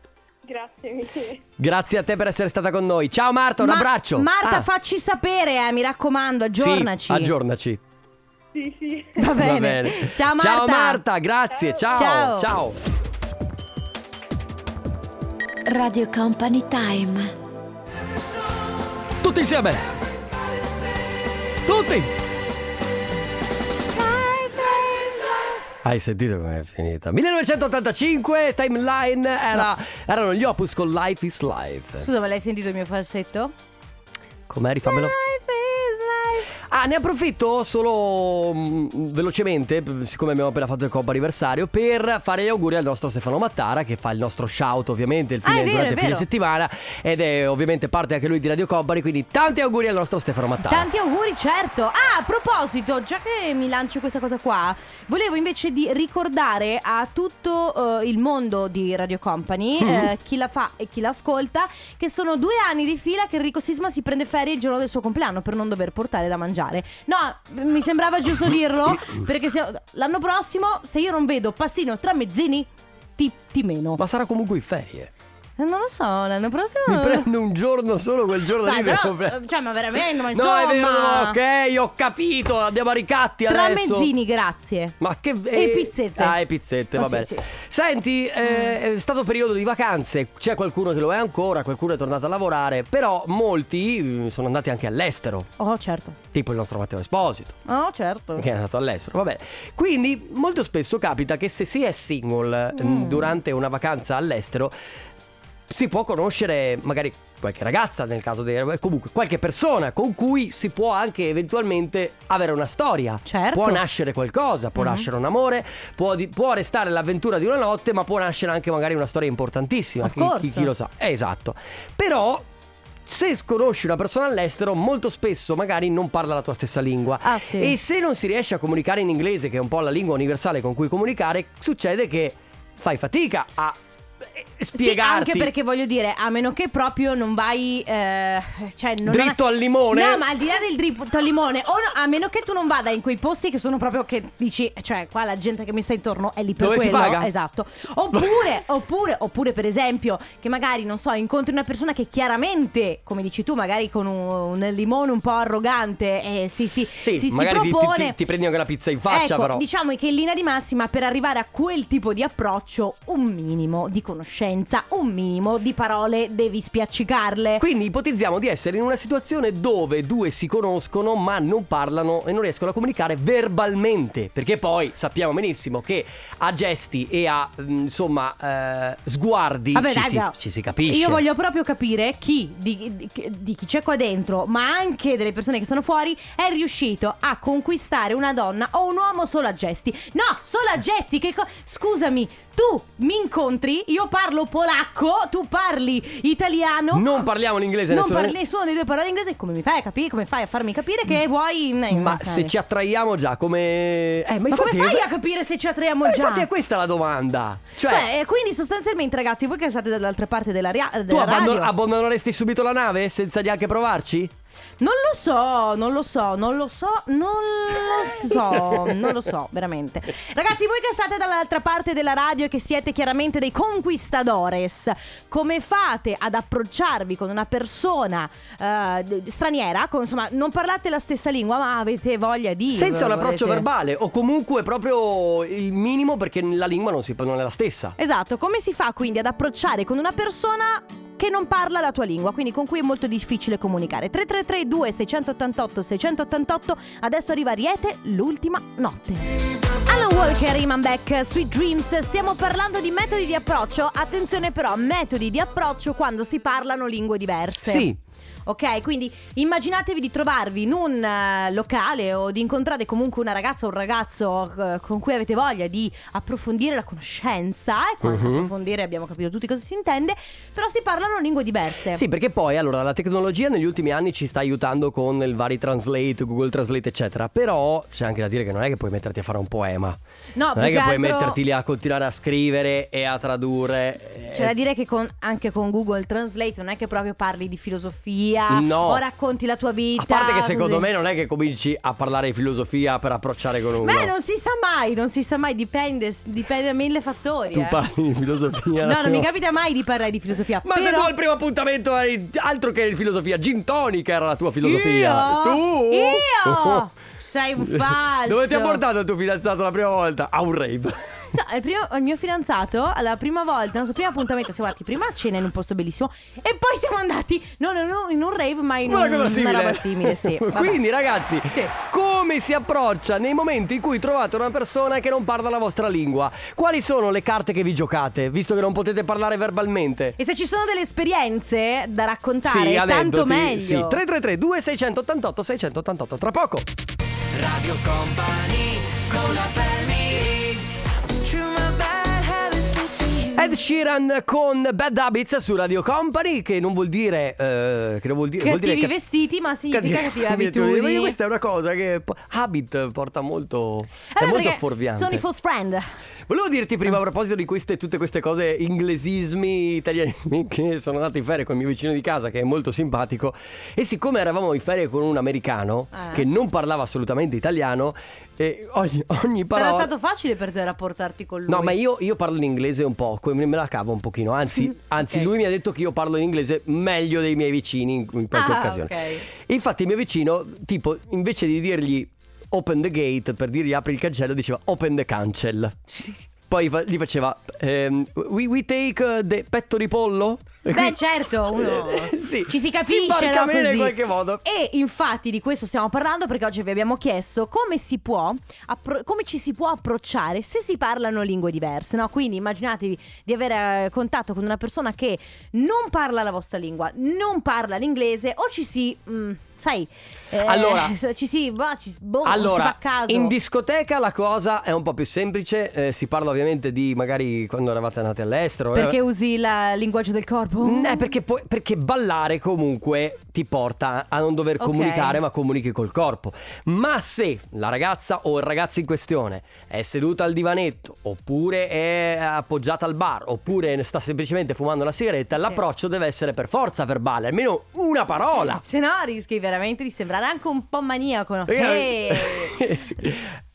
Speaker 6: grazie mille. <laughs>
Speaker 2: Grazie a te per essere stata con noi. Ciao Marta, un
Speaker 1: Ma-
Speaker 2: abbraccio.
Speaker 1: Marta,
Speaker 2: Ah,
Speaker 1: facci sapere, eh, mi raccomando, aggiornaci.
Speaker 2: Sì, aggiornaci.
Speaker 6: Sì, sì.
Speaker 1: <laughs> Va bene.
Speaker 2: <laughs> Va bene.
Speaker 1: Ciao Marta.
Speaker 2: Ciao Marta, grazie. Ciao.
Speaker 1: Ciao.
Speaker 2: Ciao.
Speaker 7: Radio Company Time.
Speaker 2: Tutti insieme. Tutti. Hai sentito com'è finita? 1985, timeline era, erano gli opus con Life is Life.
Speaker 1: Scusa, ma l'hai sentito il mio falsetto?
Speaker 2: Com'è? Rifammelo.
Speaker 1: Life is life.
Speaker 2: Ah, ne approfitto solo mm, velocemente, p- siccome abbiamo appena fatto il coppa anniversario, per fare gli auguri al nostro Stefano Mattara, che fa il nostro shout ovviamente il
Speaker 1: Ah, è
Speaker 2: fine,
Speaker 1: vero,
Speaker 2: durante
Speaker 1: è
Speaker 2: il fine
Speaker 1: vero.
Speaker 2: settimana ed è ovviamente parte anche lui di Radio Cobbari, quindi tanti auguri al nostro Stefano Mattara.
Speaker 1: Tanti auguri, certo. Ah, a proposito, già che mi lancio questa cosa qua, volevo invece di ricordare a tutto eh, il mondo di Radio Company,
Speaker 2: Mm.
Speaker 1: eh, chi la fa e chi l'ascolta, che sono due anni di fila che Enrico Sisma si prende ferie il giorno del suo compleanno per non dover portare da mangiare. No, mi sembrava giusto dirlo, perché se- l'anno prossimo, se io non vedo pastino tra mezzini, ti, ti meno.
Speaker 2: Ma sarà comunque in ferie.
Speaker 1: Eh, Non lo so, l'anno prossimo...
Speaker 2: Mi prendo un giorno solo quel giorno
Speaker 1: Ah. Dai,
Speaker 2: lì per
Speaker 1: però,
Speaker 2: comprare-
Speaker 1: eh, cioè, ma veramente, ma
Speaker 2: No, è vero,
Speaker 1: insomma.
Speaker 2: ok, ho capito, andiamo a ricatti
Speaker 1: Tra
Speaker 2: adesso.
Speaker 1: mezzini, grazie.
Speaker 2: Ma che
Speaker 1: E pizzette.
Speaker 2: Ah, e pizzette,
Speaker 1: Oh,
Speaker 2: va
Speaker 1: sì,
Speaker 2: bene.
Speaker 1: sì. Mm.
Speaker 2: Senti, eh, è stato periodo di vacanze, c'è qualcuno che lo è ancora, qualcuno è tornato a lavorare, però molti eh, sono andati anche all'estero,
Speaker 1: Oh, certo.
Speaker 2: tipo il nostro Matteo Esposito,
Speaker 1: Oh, certo.
Speaker 2: che è andato all'estero, vabbè. Quindi molto spesso capita che se si è single eh,
Speaker 1: Mm.
Speaker 2: durante una vacanza all'estero si può conoscere magari qualche ragazza nel caso dei eh, comunque qualche persona con cui si può anche eventualmente avere una storia.
Speaker 1: Certo.
Speaker 2: Può nascere qualcosa, può
Speaker 1: Mhm.
Speaker 2: nascere un amore, può, di- può restare l'avventura di una notte, ma può nascere anche magari una storia importantissima.
Speaker 1: Of
Speaker 2: Chi, chi-
Speaker 1: course.
Speaker 2: chi lo sa. Eh, esatto. Però se conosci una persona all'estero, molto spesso magari non parla la tua stessa lingua.
Speaker 1: Ah, sì.
Speaker 2: E se non si riesce a comunicare in inglese, che è un po' la lingua universale con cui comunicare, succede che fai fatica a eh,
Speaker 1: Sì,
Speaker 2: spiegarti.
Speaker 1: anche perché voglio dire, a meno che proprio non vai. eh, cioè non
Speaker 2: Dritto al limone?
Speaker 1: No, ma al di là del dritto al limone, o no- a meno che tu non vada in quei posti che sono proprio che dici, cioè qua la gente che mi sta intorno è lì per
Speaker 2: Dove si
Speaker 1: quello.
Speaker 2: paga?
Speaker 1: Esatto.
Speaker 2: <laughs>
Speaker 1: Oppure, oppure, oppure, per esempio, che magari, non so, incontri una persona che chiaramente, come dici tu, magari con un, un limone un po' arrogante, eh, si, si,
Speaker 2: Sì,
Speaker 1: si, si
Speaker 2: magari ti- ti-
Speaker 1: propone.
Speaker 2: ti- ti prendi anche la pizza in faccia,
Speaker 1: Ecco,
Speaker 2: però.
Speaker 1: Diciamo che in linea di massima per arrivare a quel tipo di approccio un minimo di conoscenza, un minimo di parole devi spiaccicarle.
Speaker 2: Quindi ipotizziamo di essere in una situazione dove due si conoscono ma non parlano e non riescono a comunicare verbalmente, perché poi sappiamo benissimo che a gesti e a mh, insomma eh, sguardi
Speaker 1: Vabbè,
Speaker 2: ci,
Speaker 1: raga,
Speaker 2: si, ci si capisce.
Speaker 1: Io voglio proprio capire chi di, di- di chi c'è qua dentro, ma anche delle persone che stanno fuori, è riuscito a conquistare una donna o un uomo solo a gesti. No, solo a gesti. Che co- Scusami, tu mi incontri, io parlo polacco, tu parli italiano.
Speaker 2: Non parliamo l'inglese
Speaker 1: Non
Speaker 2: nessuno-
Speaker 1: parli nessuno dei due parole inglese, come mi fai a capire? Come fai a farmi capire che vuoi.
Speaker 2: Mm.
Speaker 1: mm, eh,
Speaker 2: Eh, Ma se ci attraiamo già come... Eh, ma,
Speaker 1: Ma come
Speaker 2: infatti-
Speaker 1: fai a capire se ci attraiamo
Speaker 2: Ma
Speaker 1: già?
Speaker 2: Infatti è questa la domanda. Cioè,
Speaker 1: Beh, eh, quindi sostanzialmente, ragazzi, voi che state dall'altra parte della, ria- della
Speaker 2: tu abbandon-
Speaker 1: radio,
Speaker 2: abbandoneresti subito la nave senza neanche provarci?
Speaker 1: non lo so, non lo so, non lo so, non lo so, non lo so, veramente. Ragazzi, voi che state dall'altra parte della radio e che siete chiaramente dei conquistadores, come fate ad approcciarvi con una persona eh, d- straniera? Con, insomma, non parlate la stessa lingua, ma avete voglia di.
Speaker 2: Senza un approccio
Speaker 1: volete-
Speaker 2: verbale o comunque proprio il minimo perché la lingua non, si, non è la stessa.
Speaker 1: Esatto, come si fa quindi ad approcciare con una persona che non parla la tua lingua, quindi con cui è molto difficile comunicare? 3332 688 688, adesso arriva Riete, l'ultima notte. Alan Walker, Iman Beck, Sweet Dreams, stiamo parlando di metodi di approccio, attenzione però, metodi di approccio quando si parlano lingue diverse.
Speaker 2: Sì.
Speaker 1: Ok, quindi immaginatevi di trovarvi in un eh, locale o di incontrare comunque una ragazza o un ragazzo eh, con cui avete voglia di approfondire la conoscenza. E quando
Speaker 2: Mhm.
Speaker 1: approfondire abbiamo capito tutti cosa si intende, però si parlano lingue diverse.
Speaker 2: Sì, perché poi allora la tecnologia negli ultimi anni ci sta aiutando con il vari translate, Google Translate, eccetera. Però c'è anche da dire che non è che puoi metterti a fare un poema.
Speaker 1: No,
Speaker 2: non
Speaker 1: più
Speaker 2: è che
Speaker 1: che
Speaker 2: puoi
Speaker 1: altro-
Speaker 2: metterti lì a continuare a scrivere e a tradurre.
Speaker 1: C'è da dire che con- anche con Google Translate non è che proprio parli di filosofia
Speaker 2: No.
Speaker 1: Ah, o racconti la tua vita.
Speaker 2: A parte che secondo
Speaker 1: così.
Speaker 2: me non è che cominci a parlare di filosofia per approcciare con uno.
Speaker 1: Beh, non si sa mai, non si sa mai, dipende, dipende da mille fattori.
Speaker 2: Tu
Speaker 1: eh.
Speaker 2: parli di filosofia.
Speaker 1: No, non mi
Speaker 2: no.
Speaker 1: capita mai di parlare di filosofia.
Speaker 2: Ma se
Speaker 1: però...
Speaker 2: tu al primo appuntamento eri altro che filosofia, gin tonica era la tua filosofia.
Speaker 1: Io?
Speaker 2: Tu?
Speaker 1: Io?
Speaker 2: Oh.
Speaker 1: Sei un falso.
Speaker 2: Dove ti ha portato il tuo fidanzato la prima volta? A un rave.
Speaker 1: fidanzato, Cioè, il, primo- il mio fidanzato, alla prima volta, al nostro primo appuntamento, siamo andati prima a cena in un posto bellissimo e poi siamo andati, no, no, no, in un rave, ma in
Speaker 2: <laughs> Una
Speaker 1: un-
Speaker 2: cosa simile.
Speaker 1: roba simile,
Speaker 2: <laughs>
Speaker 1: sì. vabbè.
Speaker 2: Quindi ragazzi,
Speaker 1: Sì.
Speaker 2: come si approccia nei momenti in cui trovate una persona che non parla la vostra lingua? Quali sono le carte che vi giocate, visto che non potete parlare verbalmente?
Speaker 1: E se ci sono delle esperienze da raccontare,
Speaker 2: sì,
Speaker 1: tanto
Speaker 2: aneddoti,
Speaker 1: meglio.
Speaker 2: Sì, 333 2688 688 tra poco.
Speaker 3: Radio Company con la family
Speaker 2: Ed Sheeran con Bad Habits su Radio Company che non vuol dire eh, che non vuol dire vuol dire
Speaker 1: Cattivi
Speaker 2: che-
Speaker 1: vestiti, ma significa
Speaker 2: <laughs>
Speaker 1: cattive
Speaker 2: Perché
Speaker 1: abitudini.
Speaker 2: Questa è una cosa che po- Habit porta molto
Speaker 1: Eh beh,
Speaker 2: è molto
Speaker 1: perché
Speaker 2: fuorviante.
Speaker 1: Sono i false friend.
Speaker 2: Volevo dirti prima a proposito di queste, tutte queste cose inglesismi, italianismi, che sono andato in ferie con il mio vicino di casa che è molto simpatico e siccome eravamo in ferie con un americano
Speaker 1: Ah.
Speaker 2: che non parlava assolutamente italiano, e ogni, ogni parola...
Speaker 1: Sarà stato facile per te rapportarti con lui.
Speaker 2: No, ma io, io parlo in inglese un po', quindi me la cavo un pochino. Anzi,
Speaker 1: <laughs>
Speaker 2: anzi
Speaker 1: Ok.
Speaker 2: lui mi ha detto che io parlo in inglese meglio dei miei vicini in, in qualche
Speaker 1: Ah,
Speaker 2: occasione.
Speaker 1: ok.
Speaker 2: E infatti il mio vicino, tipo, invece di dirgli open the gate, per dirgli apri il cancello, diceva open the cancel. Poi fa- gli faceva, ehm, we, we take uh, the petto di pollo?
Speaker 1: Beh,
Speaker 2: <laughs>
Speaker 1: certo, uno
Speaker 2: Eh, Sì,
Speaker 1: ci si
Speaker 2: si
Speaker 1: capisce
Speaker 2: imbarca
Speaker 1: no,
Speaker 2: bene in
Speaker 1: così.
Speaker 2: qualche modo.
Speaker 1: E infatti di questo stiamo parlando perché oggi vi abbiamo chiesto come si può appro- come ci si può approcciare se si parlano lingue diverse, no? Quindi immaginatevi di avere eh, contatto con una persona che non parla la vostra lingua, non parla l'inglese o ci si mm, sai eh,
Speaker 2: Allora-
Speaker 1: <laughs> ci si boh, ci, boh, non
Speaker 2: allora,
Speaker 1: si fa caso.
Speaker 2: in discoteca la cosa è un po' più semplice, eh, si parla ovviamente di magari quando eravate andati all'estero. eh,
Speaker 1: perché usi la- il linguaggio del corpo?
Speaker 2: Eh, perché, poi- perché ballare comunque ti porta a non dover
Speaker 1: Ok.
Speaker 2: comunicare, ma comunichi col corpo. Ma se la ragazza o il ragazzo in questione è seduta al divanetto, oppure è appoggiata al bar, oppure sta semplicemente fumando la sigaretta,
Speaker 1: Sì.
Speaker 2: l'approccio deve essere per forza verbale, almeno una parola.
Speaker 1: Se no rischi veramente di sembrare anche un po' maniaco. No?
Speaker 2: <laughs> Perché-
Speaker 1: Eh.
Speaker 2: Sì.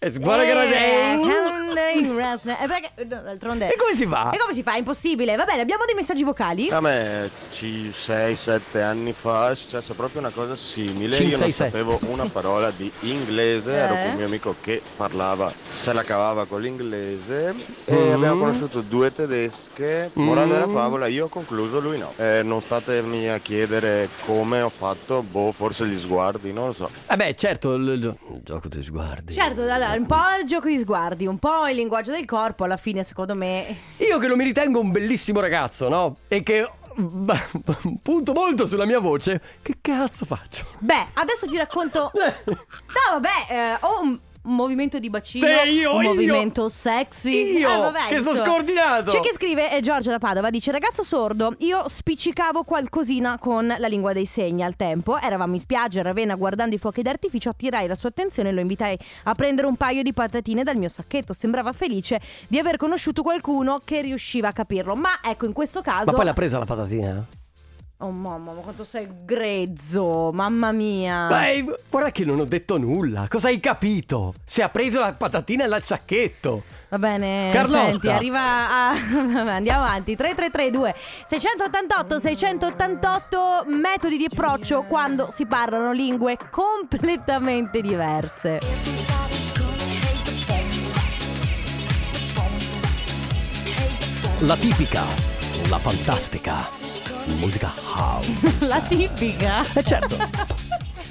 Speaker 2: Eh, guarda che
Speaker 1: Eh,
Speaker 2: ragione-
Speaker 1: Candy Crush. Eh, perché- no, d'altronde-
Speaker 2: E come si fa?
Speaker 1: E come si fa? È impossibile. Va bene, abbiamo dei messaggi vocali.
Speaker 8: A me 6-7 anni fa è successa proprio una cosa simile,
Speaker 2: Cinque,
Speaker 8: io
Speaker 2: sei,
Speaker 8: non
Speaker 2: sette.
Speaker 8: sapevo una parola di inglese, ero
Speaker 1: Eh.
Speaker 8: con un mio amico che parlava, se la cavava con l'inglese e
Speaker 2: Mm.
Speaker 8: abbiamo conosciuto due tedesche, morale della
Speaker 9: Mm.
Speaker 8: favola io ho concluso, lui no. Eh, non statemi a chiedere come ho fatto, boh forse gli sguardi, non lo so.
Speaker 2: Eh beh, certo, il, il- il gioco dei sguardi.
Speaker 1: Certo, allora, un po' il gioco di sguardi, un po' il linguaggio del corpo, alla fine secondo me...
Speaker 2: Io che non mi ritengo un bellissimo ragazzo, no? E che punto molto sulla mia voce, che cazzo faccio?
Speaker 1: Beh, adesso ti
Speaker 2: <laughs>
Speaker 1: racconto... No, vabbè, eh, ho un... un movimento di bacino,
Speaker 2: Sì, io,
Speaker 1: un
Speaker 2: io.
Speaker 1: movimento sexy.
Speaker 2: Io,
Speaker 1: Eh, vabbè,
Speaker 2: che sono
Speaker 1: insomma.
Speaker 2: scordinato.
Speaker 1: C'è chi scrive, eh, Giorgia da Padova, dice ragazzo sordo, io spiccicavo qualcosina con la lingua dei segni al tempo, eravamo in spiaggia a Ravenna guardando i fuochi d'artificio, attirai la sua attenzione e lo invitai a prendere un paio di patatine dal mio sacchetto, sembrava felice di aver conosciuto qualcuno che riusciva a capirlo, ma ecco in questo caso...
Speaker 2: Ma poi l'ha presa la patatina?
Speaker 1: Oh mamma, ma quanto sei grezzo, mamma mia.
Speaker 2: Beh, guarda che non ho detto nulla. Cosa hai capito? Se ha preso la patatina dal sacchetto.
Speaker 1: Va bene,
Speaker 2: Carlotta.
Speaker 1: senti, arriva a... <laughs> vabbè, Andiamo avanti, 3332 688 688 metodi di approccio quando si parlano lingue completamente diverse. <laughs>
Speaker 2: La tipica, la fantastica musica house.
Speaker 1: La tipica.
Speaker 2: Eh certo.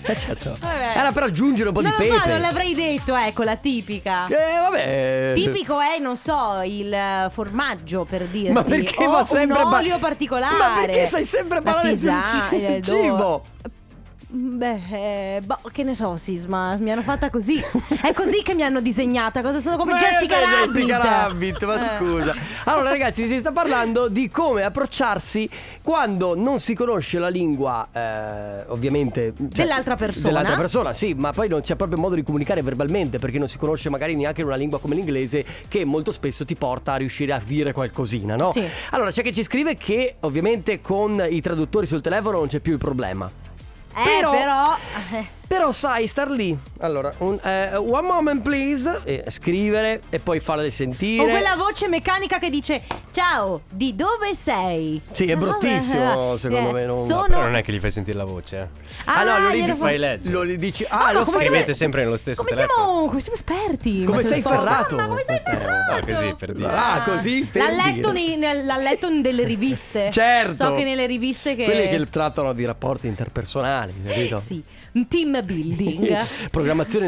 Speaker 2: Eh certo.
Speaker 1: Vabbè.
Speaker 2: Era per aggiungere un po'
Speaker 1: Non
Speaker 2: di
Speaker 1: lo
Speaker 2: pepe.
Speaker 1: so, non l'avrei detto, ecco, la tipica.
Speaker 2: Eh vabbè.
Speaker 1: Tipico è, non so, il eh, formaggio per dirti
Speaker 2: Ma perché
Speaker 1: o
Speaker 2: va sempre
Speaker 1: un
Speaker 2: ba-
Speaker 1: olio particolare.
Speaker 2: Ma perché sai sempre
Speaker 1: La
Speaker 2: parlare sul
Speaker 1: tisana,
Speaker 2: ci-
Speaker 1: il do-
Speaker 2: cibo?
Speaker 1: Beh, eh, boh, che ne so, Sisma, mi hanno fatta così. È così che mi hanno disegnata, cosa sono come
Speaker 2: Ma
Speaker 1: Jessica
Speaker 2: sei
Speaker 1: Rabbit.
Speaker 2: Jessica Rabbit, ma
Speaker 1: Eh.
Speaker 2: scusa. Allora, ragazzi, si sta parlando di come approcciarsi quando non si conosce la lingua, eh, ovviamente. cioè,
Speaker 1: Dell'altra persona.
Speaker 2: Dell'altra persona, sì, ma poi non c'è proprio modo di comunicare verbalmente perché non si conosce magari neanche una lingua come l'inglese, che molto spesso ti porta a riuscire a dire qualcosina, no?
Speaker 1: Sì.
Speaker 2: Allora, c'è chi ci scrive che ovviamente con i traduttori sul telefono non c'è più il problema.
Speaker 1: Eh, però... eh,
Speaker 2: <laughs> Però sai, star lì. Allora, un, eh, one moment please. E scrivere e poi farle sentire.
Speaker 1: O Oh, quella voce meccanica che dice Ciao, di dove sei?
Speaker 2: Sì, è
Speaker 1: Ah,
Speaker 2: bruttissimo,
Speaker 1: eh,
Speaker 2: secondo me, non-
Speaker 1: Sono...
Speaker 9: Però non è che gli fai sentire la voce. eh.
Speaker 1: Ah,
Speaker 2: no, lo
Speaker 1: glielo
Speaker 2: ridi-
Speaker 1: fa-
Speaker 9: fai leggere.
Speaker 2: Lo dici.
Speaker 1: Ah, ma
Speaker 2: Ah, lo
Speaker 1: come
Speaker 2: scrivete.
Speaker 9: Scrivete sempre nello stesso
Speaker 1: come
Speaker 9: telefono.
Speaker 1: siamo, come siamo esperti?
Speaker 2: Come
Speaker 1: Matteo
Speaker 2: sei
Speaker 1: Sport.
Speaker 2: ferrato.
Speaker 1: Mamma, come sei ferrato?
Speaker 9: No, così, per dire.
Speaker 2: Ah, così, per
Speaker 1: L'ha letto,
Speaker 2: dire.
Speaker 1: nei- nel- l'ha letto delle riviste.
Speaker 2: Certo.
Speaker 1: So che nelle riviste che... Eh,
Speaker 2: Quelle che trattano di rapporti interpersonali, capito?
Speaker 1: Sì, un team building.
Speaker 2: Programmazione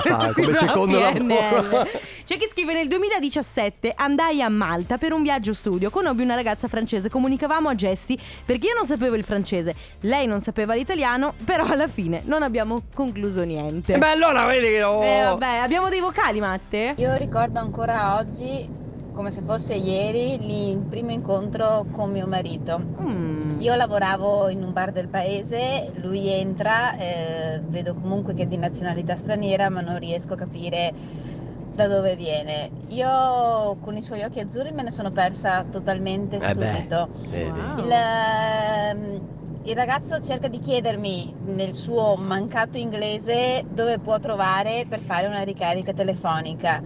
Speaker 1: <laughs>
Speaker 2: fa
Speaker 1: Sì,
Speaker 2: Uh, come
Speaker 1: no,
Speaker 2: secondo
Speaker 1: PNL. <laughs>
Speaker 2: lavoro.
Speaker 1: C'è chi scrive nel 2017 andai a Malta per un viaggio studio, conobbi una ragazza francese, comunicavamo a gesti perché io non sapevo il francese, lei non sapeva l'italiano, però alla fine non abbiamo concluso niente.
Speaker 2: E Eh beh, oh. allora vedi che ho-
Speaker 1: Eh, vabbè, abbiamo dei vocali, Matte?
Speaker 10: Io ricordo ancora oggi, come se fosse ieri, il primo incontro con mio marito.
Speaker 1: Mm.
Speaker 10: Io lavoravo in un bar del paese, lui entra, eh, vedo comunque che è di nazionalità straniera, ma non riesco a capire da dove viene. Io con i suoi occhi azzurri me ne sono persa totalmente
Speaker 2: Eh beh.
Speaker 10: subito.
Speaker 2: Vedi.
Speaker 1: Wow.
Speaker 10: Il, ehm, il ragazzo cerca di chiedermi nel suo mancato inglese dove può trovare per fare una ricarica telefonica.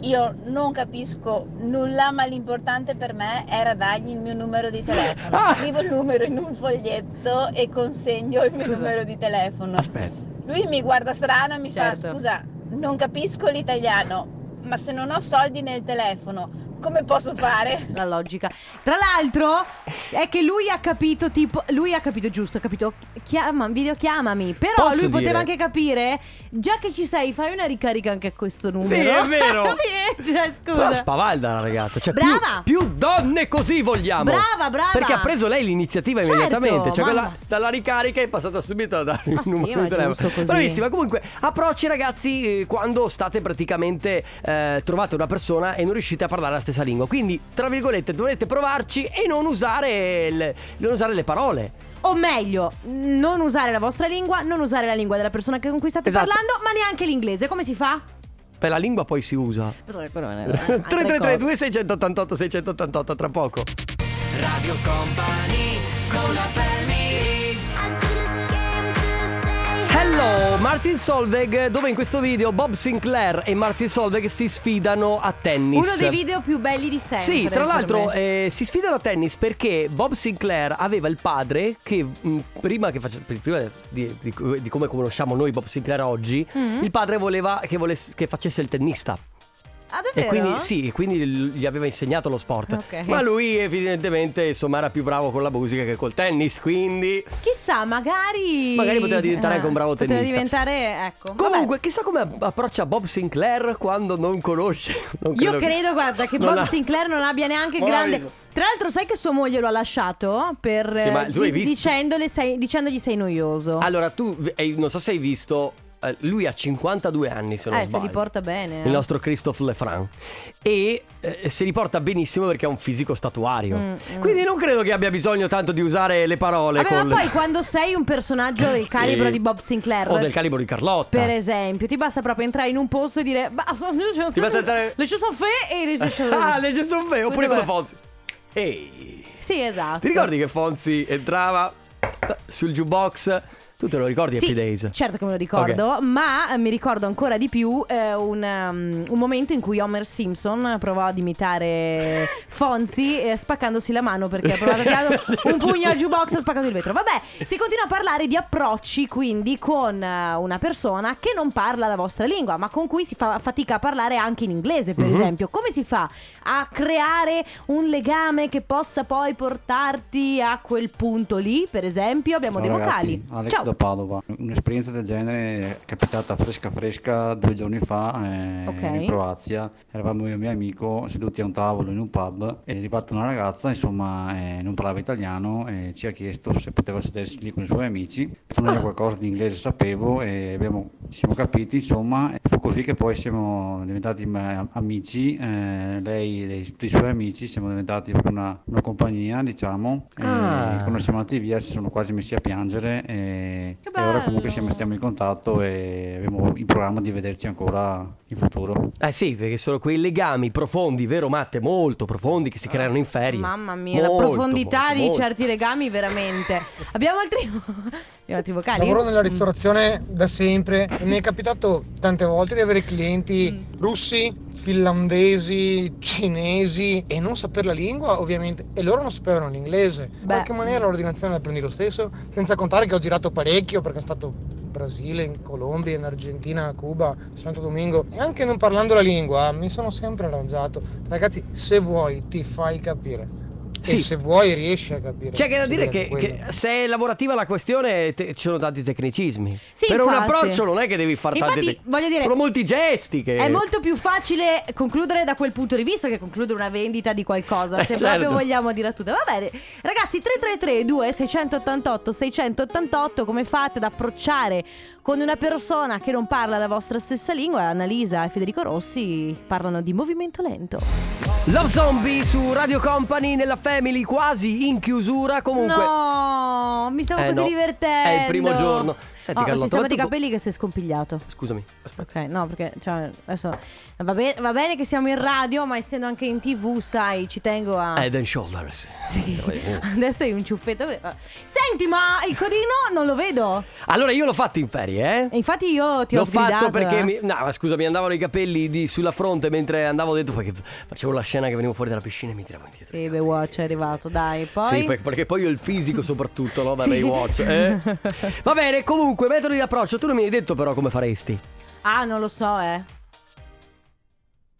Speaker 10: Io non capisco nulla, ma l'importante per me era dargli il mio numero di telefono.
Speaker 2: Ah!
Speaker 10: Scrivo il numero in un foglietto e consegno il mio
Speaker 1: Scusa.
Speaker 10: numero di telefono.
Speaker 2: Aspetta.
Speaker 10: Lui mi guarda strano e mi
Speaker 1: Certo.
Speaker 10: fa scusa, non capisco l'italiano, ma se non ho soldi nel telefono, come posso fare?
Speaker 1: La logica. Tra l'altro è che lui ha capito tipo lui ha capito giusto, ha capito chiama, videochiamami, però
Speaker 2: Posso
Speaker 1: lui
Speaker 2: dire?
Speaker 1: poteva anche capire già che ci sei, fai una ricarica anche a questo numero.
Speaker 2: Sì, è vero.
Speaker 1: <laughs> Capi? cioè,
Speaker 2: Però
Speaker 1: scusa.
Speaker 2: spavalda la ragazza. Cioè, più-
Speaker 1: Brava!
Speaker 2: Più, donne così vogliamo.
Speaker 1: Brava, brava.
Speaker 2: Perché ha preso lei l'iniziativa
Speaker 1: Certo,
Speaker 2: immediatamente. Cioè, quella-
Speaker 1: mamma.
Speaker 2: dalla ricarica è passata subito a dare
Speaker 1: Ma
Speaker 2: il
Speaker 1: sì,
Speaker 2: numero
Speaker 1: ma
Speaker 2: di
Speaker 1: è giusto così.
Speaker 2: telefono. Bravissima. Comunque, approcci, ragazzi, eh, quando state praticamente eh, trovate una persona e non riuscite a parlare la stessa lingua. Quindi, tra virgolette, dovete provarci e non usare, il- non usare le parole.
Speaker 1: O meglio, non usare la vostra lingua, non usare la lingua della persona che- con cui state
Speaker 2: Esatto.
Speaker 1: parlando, ma neanche l'inglese. Come si fa?
Speaker 2: Per la lingua poi si usa. <laughs> 3332 688 688 tra poco.
Speaker 3: Radio Company con la family
Speaker 2: Hello Martin Solveig dove in questo video Bob Sinclair e Martin Solveig si sfidano a tennis.
Speaker 1: Uno dei video più belli di sempre.
Speaker 2: Sì, tra
Speaker 1: per
Speaker 2: l'altro
Speaker 1: me.
Speaker 2: eh, si sfidano a tennis perché Bob Sinclair aveva il padre che mh, prima, che faccia- prima di, di- di come conosciamo noi Bob Sinclair oggi,
Speaker 1: Mm.
Speaker 2: il padre voleva che, volesse- che facesse il tennista.
Speaker 1: Ah,
Speaker 2: E
Speaker 1: davvero?
Speaker 2: quindi sì, e quindi gli aveva insegnato lo sport.
Speaker 1: Ok.
Speaker 2: Ma lui evidentemente insomma era più bravo con la musica che col tennis, quindi...
Speaker 1: Chissà, magari.
Speaker 2: Magari poteva diventare
Speaker 1: Ah,
Speaker 2: anche un bravo
Speaker 1: poteva
Speaker 2: tennista.
Speaker 1: diventare, ecco.
Speaker 2: Comunque,
Speaker 1: Vabbè.
Speaker 2: chissà come approccia Bob Sinclair quando non conosce. non
Speaker 1: Io
Speaker 2: che-
Speaker 1: credo, guarda, che
Speaker 2: Non
Speaker 1: Bob
Speaker 2: ha-
Speaker 1: Sinclair non abbia neanche
Speaker 2: Non
Speaker 1: grande.
Speaker 2: l'avviso.
Speaker 1: Tra l'altro, sai che sua moglie lo ha lasciato per
Speaker 2: Sì, ma
Speaker 1: eh,
Speaker 2: tu hai
Speaker 1: di-
Speaker 2: visto?
Speaker 1: dicendole sei- dicendogli sei noioso.
Speaker 2: Allora, tu, eh, non so se hai visto, eh, lui ha 52 anni se non
Speaker 1: eh, se
Speaker 2: sbaglio.
Speaker 1: li porta bene. eh.
Speaker 2: Il nostro Christophe Lefranc. E eh, se li porta benissimo perché ha un fisico statuario.
Speaker 1: Mm, mm.
Speaker 2: Quindi non credo che abbia bisogno tanto di usare le parole.
Speaker 1: Vabbè,
Speaker 2: col-
Speaker 1: ma poi quando sei un personaggio del
Speaker 2: Sì.
Speaker 1: calibro di Bob Sinclair
Speaker 2: O del calibro di Carlotta.
Speaker 1: Per esempio, ti basta proprio entrare in un posto e dire "Bah, <laughs> io sono
Speaker 2: Ti basta entrare-
Speaker 1: Le ci sono fe e le ci sono
Speaker 2: <laughs> ah, le Gesù Fe, oppure
Speaker 1: Questo
Speaker 2: come
Speaker 1: è-
Speaker 2: Fonzi. Ehi.
Speaker 1: Sì, esatto.
Speaker 2: Ti ricordi che Fonzi entrava ta- sul jukebox? Tu te lo ricordi
Speaker 1: Sì,
Speaker 2: Happy Days?
Speaker 1: certo che me lo ricordo, ma eh, mi ricordo ancora di più eh, un, um, un momento in cui Homer Simpson provò ad
Speaker 2: <laughs>
Speaker 1: imitare Fonzi eh, spaccandosi la mano perché ha provato a tirare un pugno al jukebox e ha spaccato il vetro. Vabbè, si continua a parlare di approcci quindi con eh, una persona che non parla la vostra lingua, ma con cui si fa fatica a parlare anche in inglese, per
Speaker 2: Mhm.
Speaker 1: esempio. Come si fa a creare un legame che possa poi portarti a quel punto lì, per esempio? Abbiamo dei vocali.
Speaker 10: Alex
Speaker 1: Ciao.
Speaker 10: da Padova. Un'esperienza del genere è capitata fresca fresca due giorni fa eh,
Speaker 1: Ok.
Speaker 10: in Croazia. Eravamo io e il mio amico seduti a un tavolo in un pub è arrivata una ragazza, insomma, eh, non parlava italiano e ci ha chiesto se poteva sedersi lì con i suoi amici. Sono io qualcosa di inglese sapevo e abbiamo, ci siamo capiti, insomma, e fu
Speaker 11: così che poi siamo diventati ma- amici, eh, lei e i- i suoi amici, siamo diventati proprio una, una compagnia, diciamo. E
Speaker 2: Ah.
Speaker 11: quando siamo andati via si sono quasi messi a piangere e, e ora comunque siamo, stiamo in contatto e abbiamo in programma di vederci ancora in futuro.
Speaker 2: Eh sì, perché sono quei legami profondi, vero Matte, molto profondi che si creano in ferie.
Speaker 1: Ah, Mamma mia, la
Speaker 2: Molto,
Speaker 1: profondità
Speaker 2: molto,
Speaker 1: di
Speaker 2: molto.
Speaker 1: certi legami,
Speaker 2: <laughs>
Speaker 1: veramente. Abbiamo altri, <laughs> abbiamo altri vocali?
Speaker 12: Lavoro nella ristorazione da sempre e mi è capitato tante volte di avere clienti russi, finlandesi, cinesi e non sapere la lingua ovviamente e loro non sapevano l'inglese. In qualche maniera l'ordinazione la prendi lo stesso, senza contare che ho girato parecchio perché sono stato in Brasile, in Colombia, in Argentina, a Cuba, Santo Domingo e anche non parlando la lingua eh, mi sono sempre arrangiato. Ragazzi, se vuoi ti fai capire.
Speaker 2: Sì.
Speaker 12: E se vuoi riesci a capire.
Speaker 2: C'è che da dire
Speaker 12: Sì,
Speaker 2: che,
Speaker 12: quello.
Speaker 2: che se è lavorativa la questione te- ci sono tanti tecnicismi.
Speaker 1: Sì,
Speaker 2: per un
Speaker 1: infatti.
Speaker 2: approccio non è che devi fare tanti
Speaker 1: Infatti,
Speaker 2: tec-
Speaker 1: voglio dire-
Speaker 2: Sono molti gesti che...
Speaker 1: È molto più facile concludere da quel punto di vista che concludere una vendita di qualcosa,
Speaker 2: Eh,
Speaker 1: se
Speaker 2: certo.
Speaker 1: proprio vogliamo dire a tutte. Va bene, ragazzi, 333 688 688 come fate ad approcciare con una persona che non parla la vostra stessa lingua? Annalisa e Federico Rossi parlano di movimento lento.
Speaker 2: Love Zombie su Radio Company nella Family quasi in chiusura comunque...
Speaker 1: No, mi stavo
Speaker 2: Eh,
Speaker 1: così
Speaker 2: no.
Speaker 1: divertendo.
Speaker 2: È il primo giorno. Senti,
Speaker 1: Senti, oh,
Speaker 2: Carlotta,
Speaker 1: si stava
Speaker 2: ma tu
Speaker 1: dei
Speaker 2: co-
Speaker 1: capelli che si è scompigliato.
Speaker 2: Scusami, aspetta.
Speaker 1: Ok, no, perché cioè, adesso va, be- va bene che siamo in radio, ma essendo anche in tv, sai, ci tengo a.
Speaker 2: Head and Shoulders.
Speaker 1: <laughs> Sì. Adesso hai un ciuffetto. che- eh, Senti, ma il codino non lo vedo.
Speaker 2: Allora io l'ho fatto in ferie, eh?
Speaker 1: E infatti io ti
Speaker 2: L'ho
Speaker 1: ho sgridato.
Speaker 2: fatto perché
Speaker 1: eh.
Speaker 2: mi, no, ma scusa, mi andavano i capelli di- sulla fronte mentre andavo dentro perché facevo la scena che venivo fuori dalla piscina e mi tiravo indietro.
Speaker 1: Sì, Baywatch è arrivato, dai. Poi.
Speaker 2: Sì, per- perché poi io il fisico soprattutto, no? Da
Speaker 1: Sì.
Speaker 2: Baywatch.
Speaker 1: <laughs>
Speaker 2: eh. Va bene, comunque, metodo di approccio. Tu non mi hai detto però come faresti.
Speaker 1: Ah, non lo so, eh.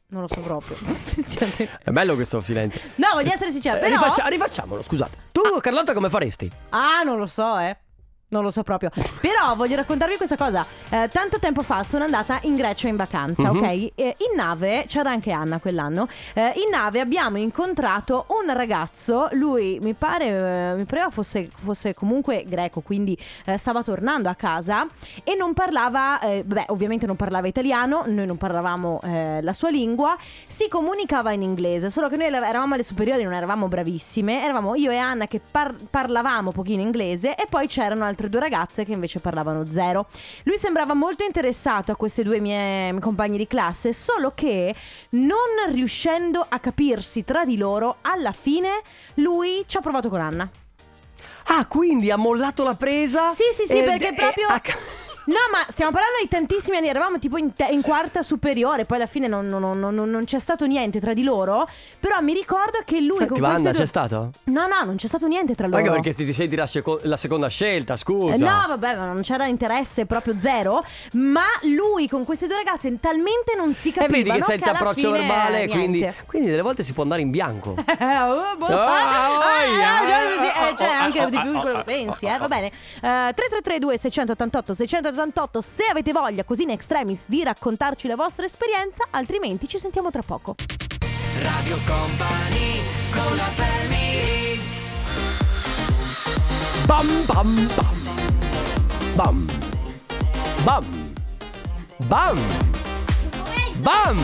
Speaker 1: Non lo so proprio. <laughs>
Speaker 2: <laughs>
Speaker 1: Cioè,
Speaker 2: È bello questo silenzio.
Speaker 1: no, voglio essere sincera,
Speaker 2: Eh,
Speaker 1: Cioè, però.
Speaker 2: rifaccia- rifacciamolo, scusate. Tu, Carlotta, come faresti?
Speaker 1: Ah, non lo so, eh. Non lo so proprio. Però voglio raccontarvi questa cosa. Eh, tanto tempo fa sono andata in Grecia in vacanza,
Speaker 13: Mhm.
Speaker 1: ok? Eh, in nave, c'era anche Anna quell'anno. eh, in nave abbiamo incontrato un ragazzo. Lui mi pare, eh, mi pareva fosse, fosse comunque greco, quindi eh, stava tornando a casa e non parlava, eh, beh, ovviamente non parlava italiano, noi non parlavamo eh, la sua lingua, si comunicava in inglese, solo che noi la- eravamo alle superiori, non eravamo bravissime, eravamo io e Anna che par- parlavamo pochino inglese e poi c'erano altre due ragazze che invece parlavano zero. Lui sembrava molto interessato a queste due mie compagne di classe, solo che non riuscendo a capirsi tra di loro, alla fine lui ci ha provato con Anna.
Speaker 2: Ah, quindi ha mollato la presa?
Speaker 1: Sì, sì, sì,
Speaker 2: Ed-
Speaker 1: perché
Speaker 2: e-
Speaker 1: proprio...
Speaker 2: ha
Speaker 1: No, ma stiamo parlando di tantissimi anni, eravamo tipo in, te- in quarta superiore, poi alla fine non, non- non- non- non c'è stato niente tra di loro, però mi ricordo che lui... con
Speaker 2: Attiva
Speaker 1: queste
Speaker 2: Anna,
Speaker 1: due-
Speaker 2: c'è stato?
Speaker 1: No, no, non c'è stato niente tra loro.
Speaker 2: Anche perché se ti sei tirata seco- la seconda scelta, scusa.
Speaker 1: Eh, No, vabbè, ma non c'era interesse proprio zero. Ma lui con queste due ragazze talmente non si
Speaker 2: E
Speaker 1: capivano
Speaker 2: vedi che senza
Speaker 1: alla
Speaker 2: approccio
Speaker 1: fine,
Speaker 2: verbale,
Speaker 1: niente.
Speaker 2: quindi, quindi delle volte si può andare in bianco.
Speaker 1: Oh, boh,
Speaker 2: Oh,
Speaker 1: fa- eh,
Speaker 2: yeah.
Speaker 1: eh, già così, eh, cioè,
Speaker 2: Oh, oh,
Speaker 1: anche
Speaker 2: oh,
Speaker 1: di più di
Speaker 2: oh,
Speaker 1: quello
Speaker 2: oh,
Speaker 1: che pensi,
Speaker 2: oh,
Speaker 1: eh, va
Speaker 2: oh.
Speaker 1: bene. 3332 688 688 se avete voglia così in extremis di raccontarci la vostra esperienza, altrimenti ci sentiamo tra poco.
Speaker 3: Radio Company con la family
Speaker 2: Bam bam bam. Bam. Bam. Bam. Bam.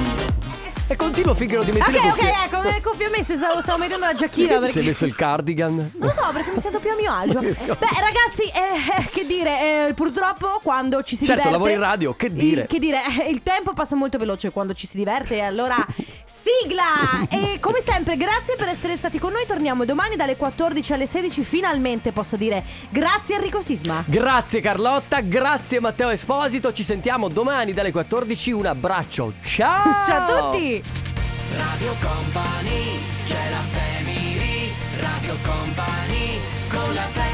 Speaker 2: E continuo finché non ti metti
Speaker 1: Ok,
Speaker 2: le
Speaker 1: ok,
Speaker 2: cuffie.
Speaker 1: ecco, come cuffie messe, stavo, stavo mettendo la giacchina
Speaker 2: Si è
Speaker 1: perché...
Speaker 2: messo il cardigan.
Speaker 1: Non lo so perché mi sento più a mio
Speaker 2: <laughs>
Speaker 1: agio. Beh, ragazzi, eh, eh, che dire, eh, purtroppo quando ci si
Speaker 2: Certo,
Speaker 1: diverte.
Speaker 2: lavori in radio, che dire.
Speaker 1: Il, che dire, eh, il tempo passa molto veloce quando ci si diverte. e Allora, sigla! E come sempre, grazie per essere stati con noi. Torniamo domani dalle 14 alle 16. Finalmente posso dire grazie, Enrico Sisma.
Speaker 2: Grazie Carlotta, grazie Matteo Esposito, ci sentiamo domani dalle 14, un abbraccio, ciao!
Speaker 1: Ciao a tutti!
Speaker 3: Radio Company c'è la family Radio Company con la family